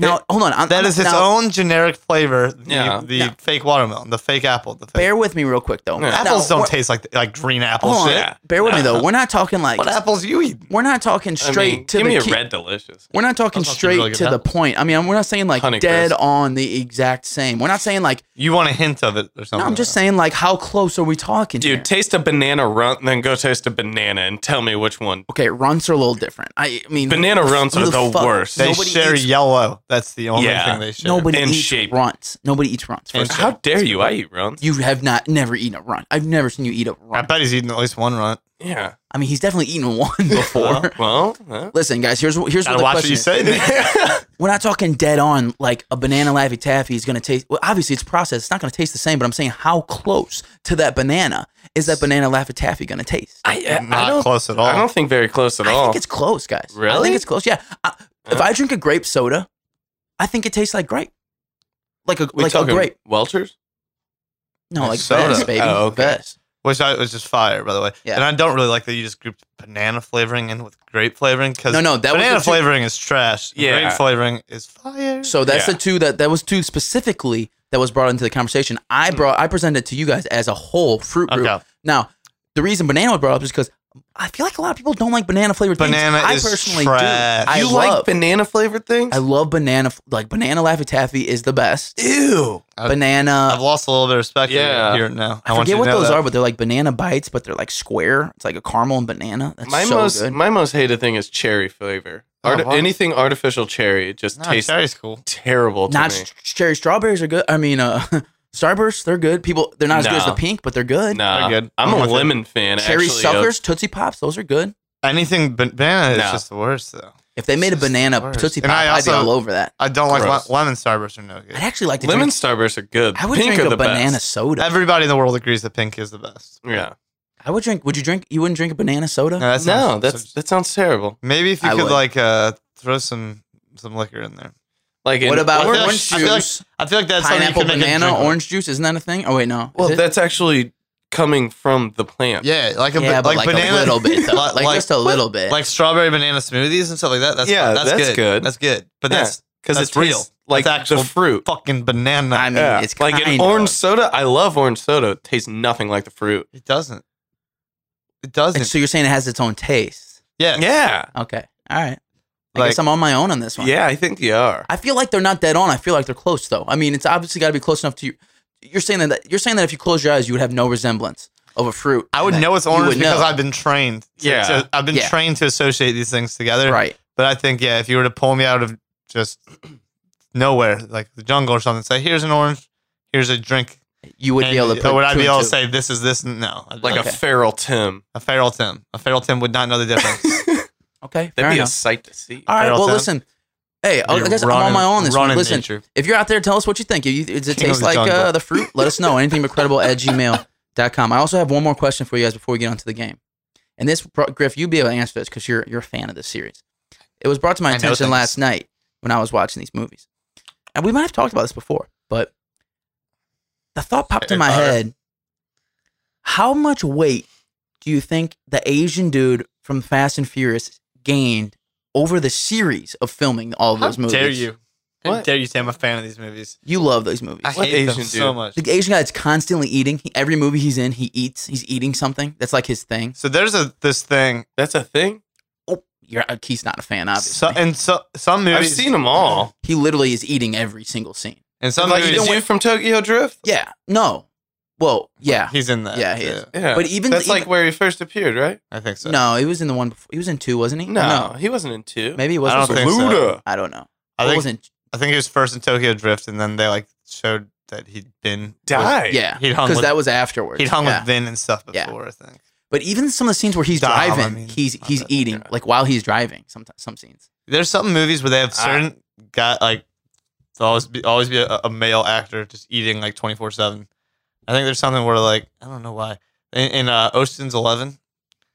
S4: Now, hold on. I'm-
S2: That
S4: I'm-
S2: is its
S4: now,
S2: own generic flavor. The,
S3: Yeah.
S2: the
S4: Yeah.
S2: fake watermelon, the fake apple, the fake
S4: Bear with me, real quick, though.
S3: Yeah.
S4: Now,
S2: apples don't
S4: what-
S2: taste like like green apple
S4: Hold on,
S2: shit.
S3: Yeah.
S4: bear with me though. We're not talking like
S2: What apples you eat?
S4: we're not talking
S3: I mean,
S4: straight to
S3: give
S4: the
S3: me a
S4: key-
S3: red delicious.
S4: We're not talking
S2: That's actually
S4: straight
S2: really good
S4: to the
S2: apples.
S4: point. I mean, we're not saying like
S3: Honeycrisp.
S4: dead on the exact same. We're not saying like.
S2: You want a hint of it or
S4: No,
S2: something?
S4: I'm just saying like how close are we talking,
S3: Dude,
S4: here?
S3: taste a banana runt and then go taste a banana and tell me which one.
S4: okay, runts are a little different. I mean,
S3: Banana
S4: who
S3: runts are the
S4: fuck-
S3: worst.
S2: They
S4: nobody
S2: share
S4: eats,
S2: yellow. That's the only
S3: Yeah.
S2: thing they share.
S4: nobody
S3: and
S4: eats
S3: shape.
S4: runts. Nobody eats runts.
S2: And
S4: First,
S3: How dare you? I eat runt.
S4: you have not never eaten a runt. I've never seen you eat a
S2: I
S4: runt.
S2: bet he's eaten at least one runt.
S3: Yeah.
S4: I mean, he's definitely eaten one before.
S3: Well, uh, huh?
S4: Listen, guys, here's what here's what
S2: Gotta
S4: the
S2: watch what
S4: question
S2: you
S4: is.
S2: say. Nick.
S4: We're not talking dead on like a banana laffy taffy is going to taste. Well, obviously it's processed; it's not going to taste the same. But I'm saying, how close to that banana is that banana laffy taffy going to taste?
S3: I, I, I
S2: Not
S3: don't.
S2: close at all.
S3: I don't think very close at
S4: I
S3: all.
S4: think it's close, guys. I
S3: Really? Uh-huh.
S4: think it's close. Yeah. I, If I drink a grape soda, I think it tastes like grape, like a
S3: We
S4: like a
S3: talking
S4: grape.
S3: Welchers.
S4: No,
S2: Like
S4: like
S2: soda.
S4: Best, baby.
S3: Oh, okay.
S4: Best.
S2: Which I was just fire, by the way.
S4: Yeah.
S2: And I don't really like that you just grouped banana flavoring in with grape flavoring because
S4: No, no, that was the
S2: banana
S4: two-
S2: flavoring is trash. and
S3: Yeah.
S2: Grape flavoring is fire.
S4: So that's
S3: Yeah.
S4: the two that that was two specifically that was brought into the conversation. I brought I presented to you guys as a whole fruit group.
S2: Mm. Okay.
S4: Now, the reason banana was brought up is because I feel like a lot of people don't like banana flavored
S2: Banana
S4: things. I
S2: is
S4: personally
S2: trash.
S4: do. I
S3: you like
S4: love
S3: banana flavored things?
S4: I love banana f- like banana laffy taffy is the best.
S3: Ew.
S2: I- I've
S4: banana
S2: lost a little bit of respect
S3: Yeah.
S2: yeah. here now.
S4: I,
S2: want
S4: forget
S2: you to
S4: what
S2: know
S4: those
S2: that.
S4: are, but they're like banana bites, but they're like square. It's like a caramel and banana. That's
S3: My
S4: so
S3: most
S4: good.
S3: my most hated thing is cherry flavor.
S2: Oh,
S3: Arti-
S2: wow.
S3: anything artificial cherry just
S2: No,
S3: tastes
S2: cherry's cool.
S3: terrible to
S4: Not
S3: me.
S4: ch- cherry strawberries are good. I mean, uh, Starburst they're good. People they're not as good as
S3: Nah.
S4: the pink, but they're good.
S3: Nah,
S2: They're good.
S3: I'm,
S2: I'm
S3: a
S2: with it. uh,
S3: lemon fan.
S4: Cherry
S3: actually, yo.
S4: suckers, tootsie pops, those are good.
S2: Anything ban- banana
S3: No.
S2: is just the worst though.
S4: If they made a
S2: It's just
S4: banana
S2: the worst.
S4: tootsie pop,
S2: And I
S4: I'd be all
S2: also-
S4: over that.
S2: I don't like
S3: Gross.
S2: le- lemon starbursts are no good.
S4: I'd actually like to
S3: Lemon
S4: drink.
S3: starbursts are good.
S4: I would
S3: Pink
S4: drink
S3: are
S4: a
S3: the
S4: banana
S3: best.
S4: soda.
S2: Everybody in the world agrees that pink is the best.
S3: Yeah.
S4: I would drink. Would you drink? You wouldn't drink a banana soda?
S2: No, that's
S3: no,
S2: not-
S3: that's
S2: so-
S3: that sounds terrible.
S2: maybe if you
S4: I
S2: could
S4: would.
S2: like uh, throw some some liquor in there.
S3: Like, in-
S4: What about
S2: I feel like-
S4: orange
S2: I feel like-
S4: juice,
S2: I feel like that's
S4: pineapple,
S2: something you can make a
S4: banana,
S2: drink with.
S4: orange juice? Isn't that a thing? Oh wait, no.
S3: Well,
S4: Is it?
S3: that's actually coming from the plant.
S2: Yeah, like a
S4: yeah,
S2: ba-
S4: but
S2: like,
S4: like,
S2: banana,
S4: a little bit, though.
S2: like,
S4: like, just a little bit.
S2: like strawberry banana smoothies and stuff like that. That's
S3: Yeah,
S2: that's,
S3: that's
S2: good.
S3: good.
S2: That's good. But that's
S3: because
S2: that's
S3: it's real.
S2: real.
S3: Like
S2: That's actual
S3: the fruit.
S2: fucking banana.
S4: I mean,
S3: Yeah.
S4: it's
S3: like an
S4: kind
S3: orange
S4: Of.
S3: soda. I love orange soda. It tastes nothing like the fruit.
S2: it doesn't. It
S4: And
S2: doesn't.
S4: so you're saying it has its own taste?
S2: yeah.
S3: Yeah,
S4: Okay, all right. I
S2: Like-
S4: guess I'm on my own on this one.
S3: yeah. I think you are.
S4: I feel like they're not dead on. I feel like they're close though. I mean, it's obviously got to be close enough to you. You're saying that you're saying that if you close your eyes, you would have no resemblance of a fruit.
S2: I would
S4: And that
S2: know it's
S4: you would
S2: orange because
S4: know.
S2: I've been trained. to-
S3: Yeah.
S2: to- I've been
S4: Yeah.
S2: trained to associate these things together.
S4: right.
S2: But I think yeah, if you were to pull me out of just nowhere, like the jungle or something, say here's an orange, here's a drink.
S4: You would be
S2: and-
S4: able to. Put
S2: would I
S4: two
S2: be
S4: and
S2: able to
S4: two.
S2: say this is this? No,
S3: Like a
S2: a
S4: Okay.
S3: feral Tim.
S2: a feral tim. A feral tim would not know the difference.
S4: Okay, fair
S3: That'd be a
S4: enough.
S3: sight to see.
S4: All right.
S2: feral
S4: Well,
S2: town.
S4: listen. Hey, I
S2: Be
S4: guess I'm on
S2: running-
S4: my own on this one.
S2: running
S4: Listen,
S2: nature.
S4: if you're out there, tell us what you think. If you, does it
S2: King
S4: taste
S2: of the
S4: like
S2: jungle.
S4: uh, the fruit? Let us know. Anything but credible at gmail.com. I also have one more question for you guys before we get onto the game. And this, bro- Griff, you'll be able to answer this because you're, you're a fan of this series. It was brought to my
S2: I know
S4: attention
S2: things.
S4: last night when I was watching these movies. And we might have talked about this before, but the thought popped in
S2: Harry
S4: my
S2: Potter.
S4: head how much weight do you think the Asian dude from Fast and Furious gained over the series of filming all of
S2: How
S4: those movies?
S2: dare you? How
S3: What?
S2: dare you say I'm a fan of these movies?
S4: You love those movies.
S2: I
S3: What
S2: hate them
S3: Asian
S2: so
S3: dude?
S2: much.
S4: The Asian guy that's constantly eating. He, every movie he's in, he eats. He's eating something. That's like his thing.
S2: So there's a this thing,
S3: That's a thing.
S4: Oh, you're, uh, he's not a fan, obviously.
S2: so, and so some movies.
S3: I've seen them all.
S4: he literally is eating every single scene.
S2: And some
S3: like
S2: movies,
S3: the dude from Tokyo Drift.
S4: Yeah. No. Well, yeah.
S2: he's in that.
S4: Yeah, he is.
S3: Yeah,
S4: But even-
S3: that's like
S4: even-
S3: where he first appeared, right?
S2: I think so.
S4: No, he was in the one before. He was in two, wasn't he?
S3: No, he wasn't in two.
S4: Maybe he was.
S2: I don't
S4: not
S2: think so.
S3: Luda.
S4: I don't know.
S2: I
S4: What
S2: think
S4: was in-
S2: I think he was first in Tokyo Drift, and then they like showed that he'd been
S3: Die.
S4: yeah.
S2: he'd hung
S4: Because
S2: with-
S4: that was afterwards.
S2: With, he'd hung
S4: Yeah.
S2: with Vin and stuff
S4: Yeah.
S2: before. I think
S4: But even some of the scenes where he's
S2: Dom, I
S4: driving,
S2: mean,
S4: he's
S2: not
S4: he's
S2: that-
S4: eating
S2: yeah.
S4: like while he's driving. Sometimes some scenes.
S2: there's some movies where they have certain guy like there'll always be always be a, a male actor just eating like 24 seven. I think there's something where like I don't know why in, in uh, Ocean's Eleven,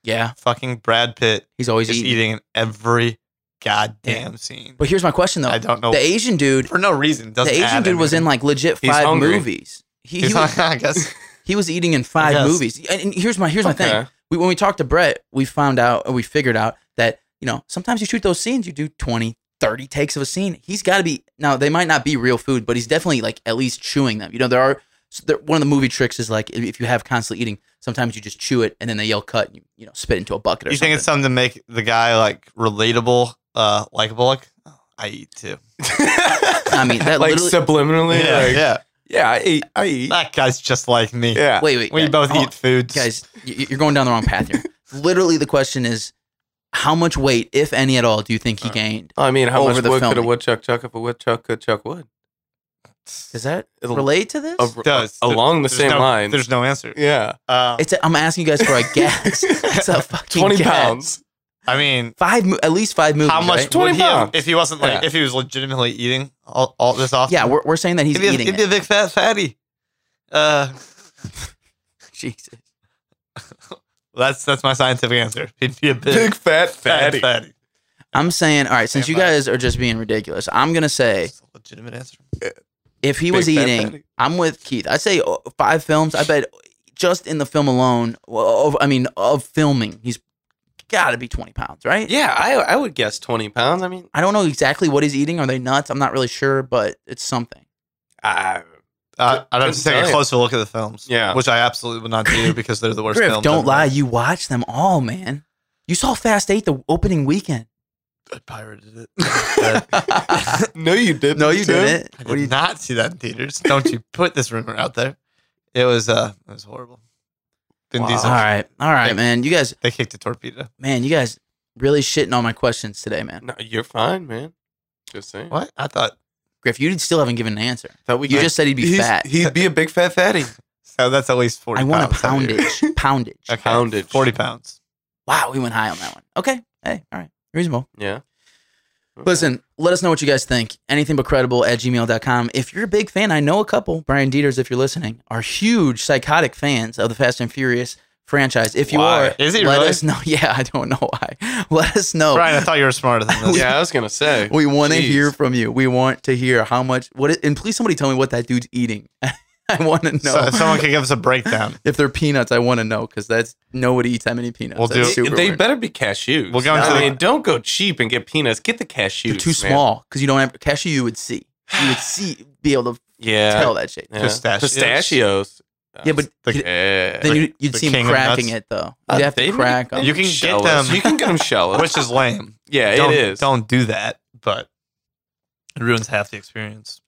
S4: Yeah,
S2: fucking Brad Pitt
S4: he's always
S2: is
S4: eating.
S2: eating in every goddamn scene.
S4: But here's my question though.
S2: I don't know
S4: The Asian dude,
S2: for no reason. Doesn't
S4: the Asian dude was in like legit
S3: He's
S4: five
S3: hungry.
S4: movies. He, he, was,
S2: I guess
S4: he was eating in five
S2: Yes.
S4: movies. And, and here's my here's my
S3: Okay.
S4: thing. We, when we talked to Brett, we found out and we figured out that you know sometimes you shoot those scenes, you do 20, 30 takes of a scene. He's got to be now. They might not be real food, but he's definitely like at least chewing them. You know, there are so there, one of the movie tricks is like if- if you have constantly eating, sometimes you just chew it and then they yell cut and you you know spit into a bucket. Or
S2: you
S4: something.
S2: think it's something to make the guy like relatable, uh, likable. Like oh, I eat too.
S4: I mean that
S3: like
S4: literally.
S3: subliminally.
S2: Yeah,
S3: like,
S2: yeah.
S3: yeah, I eat. I eat.
S2: That guy's just like me.
S3: Yeah. Oh,
S4: wait, wait.
S2: We
S4: guys,
S2: both
S4: hold on.
S2: eat foods.
S4: guys y- you're going down the wrong path here literally the question is how much weight if
S2: Uh,
S4: any at all do you think he gained
S3: I mean, how
S4: Over
S3: much
S4: the
S3: wood could a
S4: filming.
S3: woodchuck chuck if a woodchuck could chuck wood?
S4: Does that
S3: It'll-
S4: relate to this?
S3: A-
S2: Does
S3: along the
S2: There's
S3: same
S2: no-
S3: line.
S2: There's no answer.
S3: yeah,
S2: Uh,
S4: It's a, I'm asking you guys for a guess. it's a fucking
S3: twenty
S4: guess.
S3: pounds.
S2: I mean,
S4: Five, mo- at least five movies.
S2: how much
S4: right?
S2: would
S3: 20
S2: he have,
S3: pounds.
S2: if he wasn't like
S3: Yeah.
S2: if he was legitimately eating all, all this off?
S4: Yeah, we're, we're saying that he's
S2: he'd be, a-
S4: eating
S2: he'd be
S4: it.
S2: a big fat fatty. Uh,
S4: Jesus.
S2: that's that's my scientific answer. He'd be a big,
S3: Big fat
S2: fat
S3: fatty.
S2: fatty.
S4: I'm saying, all right, since you
S2: Stand by.
S4: guys are just being ridiculous, I'm going to say
S2: That's a legitimate answer.
S4: if he was
S3: Big fat
S4: eating,
S3: fatty.
S4: I'm with Keith. I'd say uh, five films. I bet just in the film alone, well, of, I mean, of filming, he's got to be 20 pounds, right?
S3: Yeah, I I would guess twenty pounds. I mean,
S4: I don't know exactly what he's eating. Are they nuts? I'm not really sure, but it's something.
S3: I,
S2: Uh, I'd have
S3: Couldn't
S2: to take
S3: tell
S2: a
S3: you.
S2: closer look at the films.
S3: Yeah.
S2: which I absolutely would not do because they're the worst
S4: Griff,
S2: films.
S4: don't
S2: ever.
S4: lie. You watched them all, man. You saw Fast 8 the opening weekend.
S2: I pirated it. Uh,
S3: no, you didn't.
S4: no, you
S3: Tim.
S4: didn't.
S2: I did not see that in theaters. Don't you put this rumor out there? It was uh, it was horrible. Vin
S4: Wow.
S2: Diesel.
S4: All right. All right,
S2: Thank-
S4: man. You guys,
S2: They kicked a torpedo.
S4: man, you guys really shitting on my questions today, man.
S3: No, you're fine, man. Just saying.
S2: What? I thought
S4: Griff, you still haven't given an answer.
S3: Thought we
S4: You just said he'd be
S3: He's-
S4: fat.
S3: He'd be a big fat fatty.
S2: so. That's at least forty.
S4: I want a
S2: pounds. That'd be-
S4: poundage. poundage.
S2: Okay.
S3: Poundage.
S2: Forty pounds.
S4: Wow, we went high on that one. Okay. Hey, all right. Reasonable.
S3: Yeah.
S4: Listen, let us know what you guys think. Anything but credible at gmail.com. If you're a big fan, I know a couple, Brian Dieters, if you're listening, are huge psychotic fans of the Fast and Furious franchise. If you
S2: Why?
S4: are,
S2: Is he
S4: let
S2: really?
S4: us know. Yeah, I don't know why. Let us know.
S2: Brian, I thought you were smarter than this.
S3: Yeah, I was gonna say.
S4: We want to
S3: Jeez.
S4: hear from you. We want to hear how much what it, and please somebody tell me what that dude's eating. I want to know.
S2: So if someone can give us a breakdown.
S4: if they're peanuts, I want to know because that's nobody eats that many peanuts.
S2: We'll do
S4: That's
S2: it.
S4: super
S3: they
S4: weird.
S3: better be cashews.
S2: We'll go into
S3: I
S2: the-
S3: mean, don't go cheap and get peanuts. Get the cashews.
S4: They're too
S3: man.
S4: small because you don't have cashew. You would see. You would see. Be able to
S3: Yeah.
S4: tell that shit.
S3: Yeah.
S2: Pistachios.
S3: Pistachios.
S4: Yeah, but
S2: The-
S4: you'd-
S3: Yeah.
S4: then you, you'd
S2: the
S4: see him
S2: king of
S4: cracking
S2: nuts.
S4: it though.
S3: Uh,
S4: You'd have
S3: they-
S4: to crack
S3: they-
S4: them.
S2: You can get
S3: shelless.
S2: them-
S3: You can get them shell.
S2: Which is lame.
S3: yeah, it
S2: don't,
S3: is.
S2: Don't do that, but it ruins half the experience.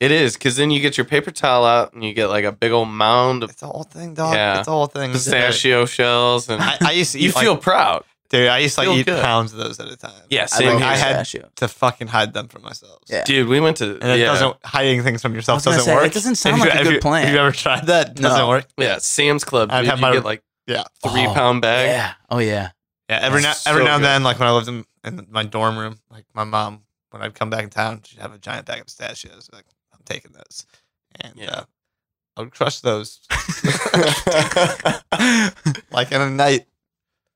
S3: It is because then you get your paper towel out and you get like a big old mound of
S2: It's a whole thing, dog.
S3: Yeah.
S2: It's a whole thing.
S3: pistachio shells, and
S2: I, I used to eat
S3: you
S2: like-
S3: feel proud.
S2: dude, I used to like,
S3: feel
S2: eat
S3: good.
S2: pounds of those at a time.
S3: Yeah,
S4: I,
S3: same
S4: love
S2: mean, I
S3: here.
S2: had-
S4: pistachio.
S2: To fucking hide them from myself.
S4: Yeah.
S3: dude. We went to
S2: And it
S3: yeah,
S2: doesn't hiding things
S4: I
S2: from yourself
S4: was gonna
S2: doesn't
S4: say,
S2: work.
S4: it doesn't sound
S2: If you-
S4: like a
S2: if
S4: good
S2: you-
S4: plan.
S2: Have you ever tried that? It
S4: No.
S2: doesn't work.
S3: yeah Sam's Club.
S2: I'd
S3: dude,
S2: have
S3: you
S2: my-
S3: get like
S2: Yeah.
S3: three
S4: Oh,
S3: pound bag.
S4: Yeah. Oh yeah.
S2: Yeah, every now
S3: That's
S2: every
S3: so
S2: now and
S3: good.
S2: then, like when I lived in, in my dorm room, like my mom, when I'd come back in town, she'd have a giant bag of pistachios. Like I'm taking those, and
S3: Yeah.
S2: uh, I would crush those like in a night.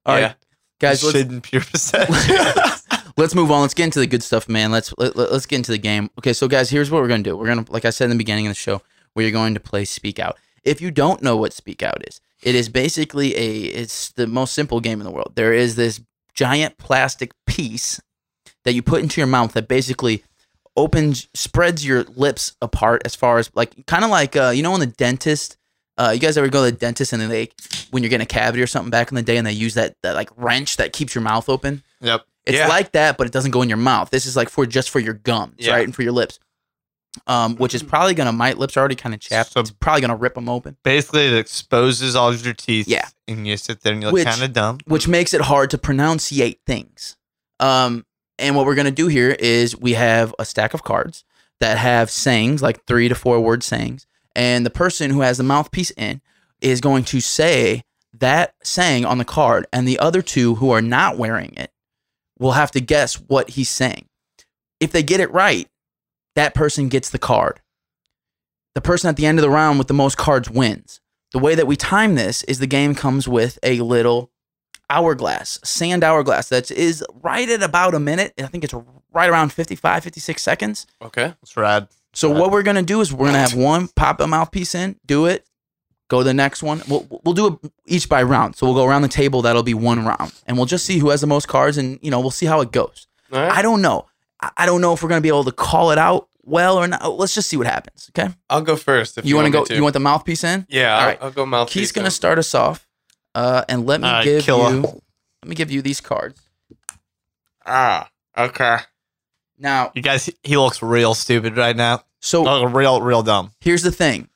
S4: All right,
S3: Yeah.
S4: guys. Let's,
S2: hidden pure pistachios.
S4: let's move on. Let's get into the good stuff, man. Let's let, let- let's get into the game. Okay, so guys, here's what we're gonna do. We're gonna, like I said in the beginning of the show, we're going to play Speak Out. If you don't know what Speak Out is, it is basically a it's the most simple game in the world. There is this giant plastic piece that you put into your mouth that basically opens spreads your lips apart as far as like kind of like uh, you know when the dentist uh, you guys ever go to the dentist and they like when you're getting a cavity or something back in the day and they use that that like wrench that keeps your mouth open
S2: yep.
S4: it's
S3: Yeah.
S4: like that, but it doesn't go in your mouth. This is like for just for your gums,
S3: Yeah.
S4: right, and for your lips. Um, which is probably gonna my lips are already kind of chapped.
S2: So-
S4: it's probably gonna rip them open,
S2: Basically, it exposes all of your teeth.
S4: Yeah.
S2: And you sit there and you look
S4: Which-
S2: kind of dumb.
S4: which makes it hard to pronunciate things. Um, and what we're gonna do here is we have a stack of cards that have sayings, like three to four word sayings, and the person who has the mouthpiece in is going to say that saying on the card, and the other two who are not wearing it will have to guess what he's saying. If they get it right, that person gets the card. The person at the end of the round with the most cards wins. The way that we time this is the game comes with a little hourglass, sand hourglass that is right at about a minute. I think it's right around 55, 56 seconds.
S3: Okay.
S2: It's rad.
S4: So what we're gonna do is we're gonna have one pop a mouthpiece in, do it, go to the next one. We'll we'll do it each by round. So we'll go around the table. That'll be one round, and we'll just see who has the most cards, and you know we'll see how it goes.
S3: All right.
S4: I don't know. I- I don't know if we're gonna be able to call it out well or not. Let's just see what happens. Okay.
S3: I'll go first. If
S4: You, want to go?
S3: me
S4: You want the mouthpiece in?
S3: Yeah.
S4: All
S3: I'll,
S4: right.
S3: I'll go mouth.
S4: Keith's gonna start us off, uh, and let me
S2: All right,
S4: give
S2: killer.
S4: you. Let me give you these cards
S3: Ah. Okay.
S4: now.
S2: You guys, he looks real stupid right now.
S4: So
S2: Like, real, real dumb.
S4: here's the thing,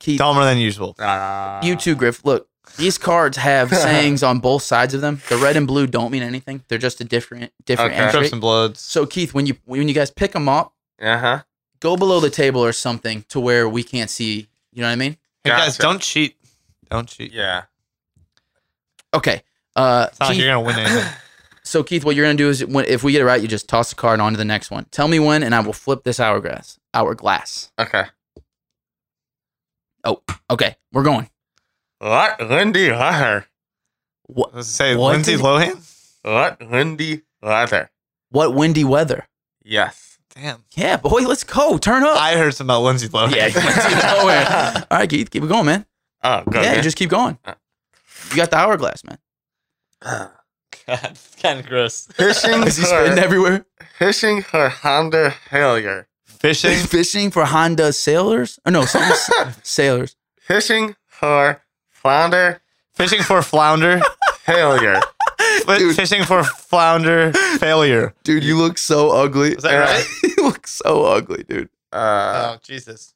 S4: Keith.
S2: Dumber than usual.
S3: Ah.
S4: You too, Griff. Look, these cards have sayings on both sides of them. The red and blue don't mean anything. They're just a different different
S3: Okay.
S4: entry.
S2: Drips and bloods.
S4: So Keith, when you when you guys pick them up,
S3: Uh huh.
S4: go below the table or something to where we can't see. You know what I mean?
S2: Hey guys,
S3: Gotcha.
S2: don't cheat. Don't cheat.
S3: Yeah.
S4: Okay. Uh,
S2: It's not like
S4: Keith-
S2: you're gonna win anything.
S4: so Keith, what you're gonna do is when, if we get it right, you just toss the card on to the next one. Tell me when, and I will flip this hourglass. Hourglass.
S3: Okay.
S4: Okay, we're going.
S3: What Lindy Lotter?
S4: What?
S2: Let's say
S4: What
S2: Lindsay
S4: did-
S2: Lohan.
S3: What Lindy Lotter?
S4: What windy weather?
S3: Yes.
S2: Damn.
S4: Yeah, boy, let's go. Turn up.
S2: I heard something about Lindsay Lohan.
S4: yeah. you went to nowhere. All right, Keith, keep it going, man.
S3: Oh, good.
S4: Yeah, you just keep going.
S2: Uh.
S4: You got the hourglass, man.
S3: Uh.
S2: God, it's kind of gross.
S3: fishing
S4: Is he spitting
S3: her,
S4: everywhere?
S3: fishing her Honda Hellier.
S2: Fishing.
S4: Fishing for Honda sailors? Or no, something s- sailors.
S3: Fishing her flounder
S2: Fishing for flounder.
S3: Hellier.
S2: Fi- Fishing for flounder failure.
S4: Dude, you look so ugly.
S2: Is that
S3: Yeah.
S2: right?
S4: you look so ugly, dude.
S3: Uh,
S2: Oh Jesus.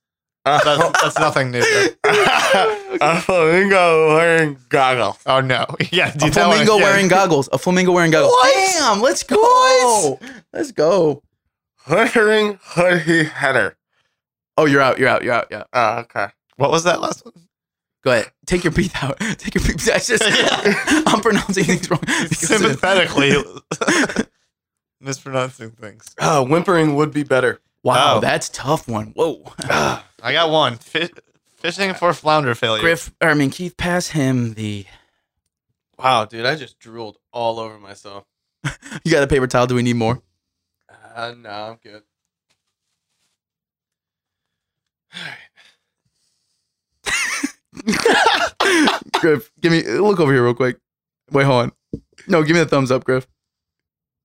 S3: uh,
S2: That's, that's nothing new. though.
S3: a flamingo wearing goggles.
S2: Oh no. Yeah. Do
S4: A flamingo wearing goggles. A flamingo wearing goggles.
S2: What?
S4: Damn, let's go. Let's go.
S3: Hoodering hoodie header.
S4: Oh, you're out. You're out. You're out. Yeah.
S3: Oh, okay.
S2: What was that last one?
S4: Go ahead. Take your beat out. Take your beat. I just, I'm pronouncing things wrong.
S2: Sympathetically mispronouncing things.
S3: Uh, whimpering would be better.
S4: Wow,
S2: Oh.
S4: that's a tough one. Whoa.
S2: I got one. Fi- fishing for flounder failure.
S4: Ah. Griff, or I mean Keith, pass him the.
S3: Wow, dude, I just drooled all over myself.
S4: You got a paper towel? Do we need more?
S3: Uh, no, I'm good.
S4: Griff, give me look over here real quick. Wait, hold on. No, give me the thumbs up, Griff.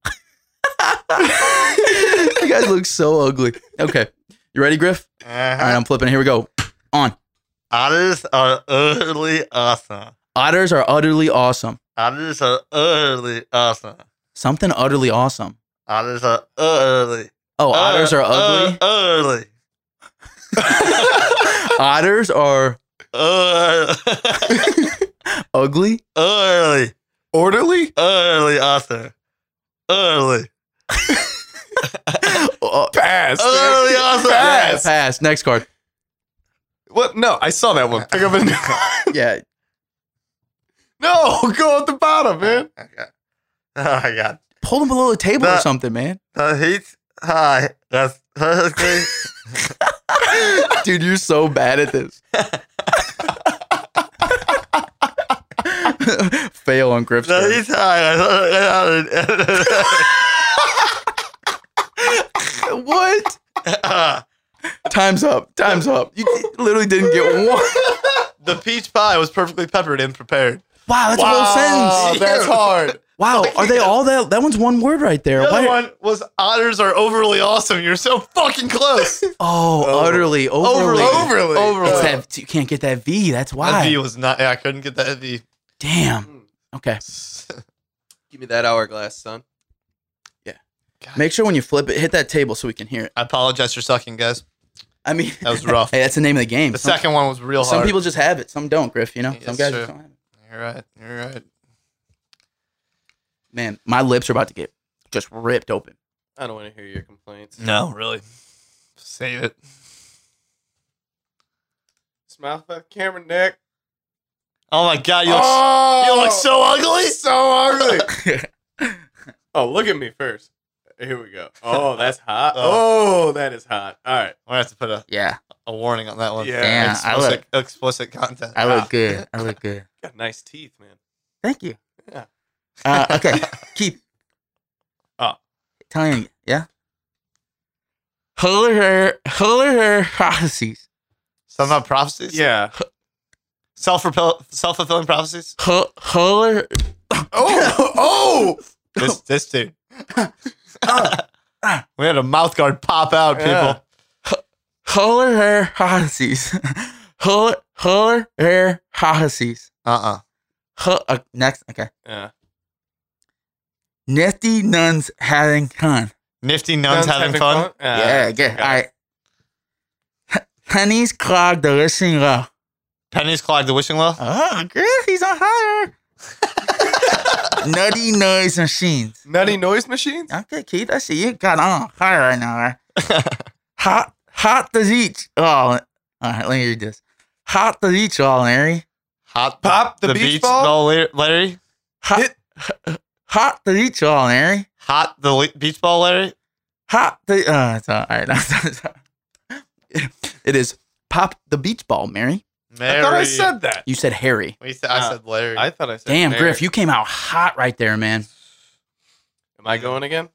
S4: you guys look so ugly. Okay, you ready, Griff? All right,
S2: Uh-huh.
S4: I'm flipping. Here we go. On.
S2: Otters are utterly awesome.
S4: Otters are utterly awesome.
S2: Otters are utterly awesome.
S4: Something utterly awesome.
S2: Otters are utterly.
S4: Oh, otters are
S2: uh,
S4: ugly.
S2: Utterly.
S4: otters are
S2: Utterly.
S4: ugly.
S2: Utterly.
S3: Orderly?
S2: Utterly awesome. Utterly.
S4: Uh,
S3: Pass.
S2: Utterly awesome.
S3: Pass.
S4: pass. Next card.
S3: What? No, I saw that one. Pick up a new
S4: Yeah.
S3: No, go at the bottom, man.
S2: Oh my god.
S4: Pull them below the table or
S2: That-
S4: something, man.
S2: The heat high. That's perfectly.
S4: Dude, you're so bad at this. Fail on Griff's.
S2: the
S4: turn.
S2: heat high.
S4: What? Time's up. Time's up. You d- literally didn't get one.
S2: the peach pie was perfectly peppered and prepared.
S4: Wow, that's a whole sentence.
S2: that's hard.
S4: Wow, are they all that? That one's one word right there.
S2: The
S4: Why-
S2: other one was otters are overly awesome. You're so fucking close.
S4: Oh, utterly, overly.
S3: Overly.
S2: overly.
S4: It's
S2: Overly.
S4: that- you can't get that V. That's why.
S2: That V was not. Yeah, I couldn't get that V.
S4: Damn. Okay.
S3: Give me that hourglass, son.
S4: Make sure when you flip it, hit that table so we can hear it.
S2: I apologize for sucking, guys.
S4: I mean,
S2: That was rough.
S4: hey, that's the name of the game.
S2: The
S4: some,
S2: second one was real
S4: some
S2: hard.
S4: people just have it, some don't. Griff, you know, some
S2: Yes,
S4: guys
S2: sir.
S4: just don't have it.
S2: You're right. You're right.
S4: Man, my lips are about to get just ripped open.
S3: I don't want to hear your complaints.
S2: No, really. Save it.
S3: Smile for the camera, Nick.
S2: Oh my god, you look. s
S3: oh,
S2: You look so ugly.
S3: so ugly. oh, look at me first. Here we go. Oh, that's hot. Oh, that is hot. All right.
S2: We're gonna have to put a
S4: Yeah,
S2: a warning on that one.
S3: Yeah. Damn,
S4: I
S2: explicit, explicit content.
S4: good. I look good.
S3: Got nice teeth, man.
S4: Thank you.
S3: Yeah.
S4: Uh, okay, keep.
S3: Oh.
S4: Uh. Italian, yeah. Holler her, holler her prophecies.
S2: Some not prophecies.
S3: Yeah.
S2: Self self fulfilling prophecies.
S4: Holler.
S3: Oh, oh.
S2: This this dude.
S4: Uh,
S2: we had a mouth guard pop out, people.
S3: Yeah.
S4: Holler her prophecies. Holler, holler her prophecies.
S2: Uh uh
S4: Ho- uh, next, okay.
S3: Yeah.
S4: Nifty nuns having fun.
S2: Nifty nuns, having, fun.
S4: yeah, yeah. All right. Honey's clogged the listening well.
S2: Pennies clog the wishing well.
S4: Oh, Griffey's on fire. Nutty noise machines.
S3: Nutty noise machines?
S4: Okay, Keith, I see you got on fire right now. Right? Hot Hot as each. Oh, all right. Let me read this. Hot as each, all Larry.
S2: Hot
S3: Pop the beach ball?
S2: Lar- Larry.
S4: Hot, hot as each, all Larry.
S2: Hot the le- beach ball, Larry.
S4: Hot the. Uh, it's all right. it is pop the beach ball, Mary.
S2: Mary.
S3: I thought I said that.
S4: You said Harry.
S2: We said, I
S3: Uh,
S2: said Larry.
S3: I thought I said.
S4: Damn,
S3: Mary.
S4: Griff, you came out hot right there, man.
S3: Am I going again?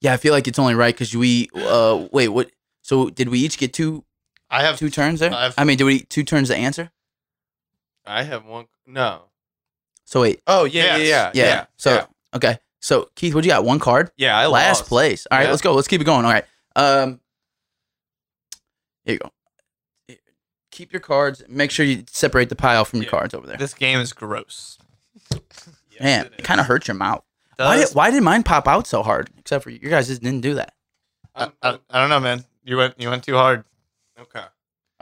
S4: Yeah, I feel like it's only right because we. Uh, wait, what? So did we each get two
S2: I have.
S4: two turns there?
S2: I've-
S4: I mean, did we two turns to answer?
S3: I have one. No.
S4: So wait,
S3: Oh
S2: yeah, Yes. Uh, yeah,
S4: yeah. so okay, so Keith, what you got? One card.
S3: yeah. I
S4: last
S3: lost.
S4: place. All right,
S3: Yeah.
S4: let's go. Let's keep it going. All right. Um, here you go. Keep your cards. Make sure you separate the pile from your
S2: Yeah.
S4: cards over there.
S2: This game is gross.
S4: Man, it, kind of hurts your mouth. Why
S2: Does-
S4: did, why did mine pop out so hard? Except for you guys just didn't do that.
S2: I, I, I don't know, man. You went you went too hard.
S3: okay.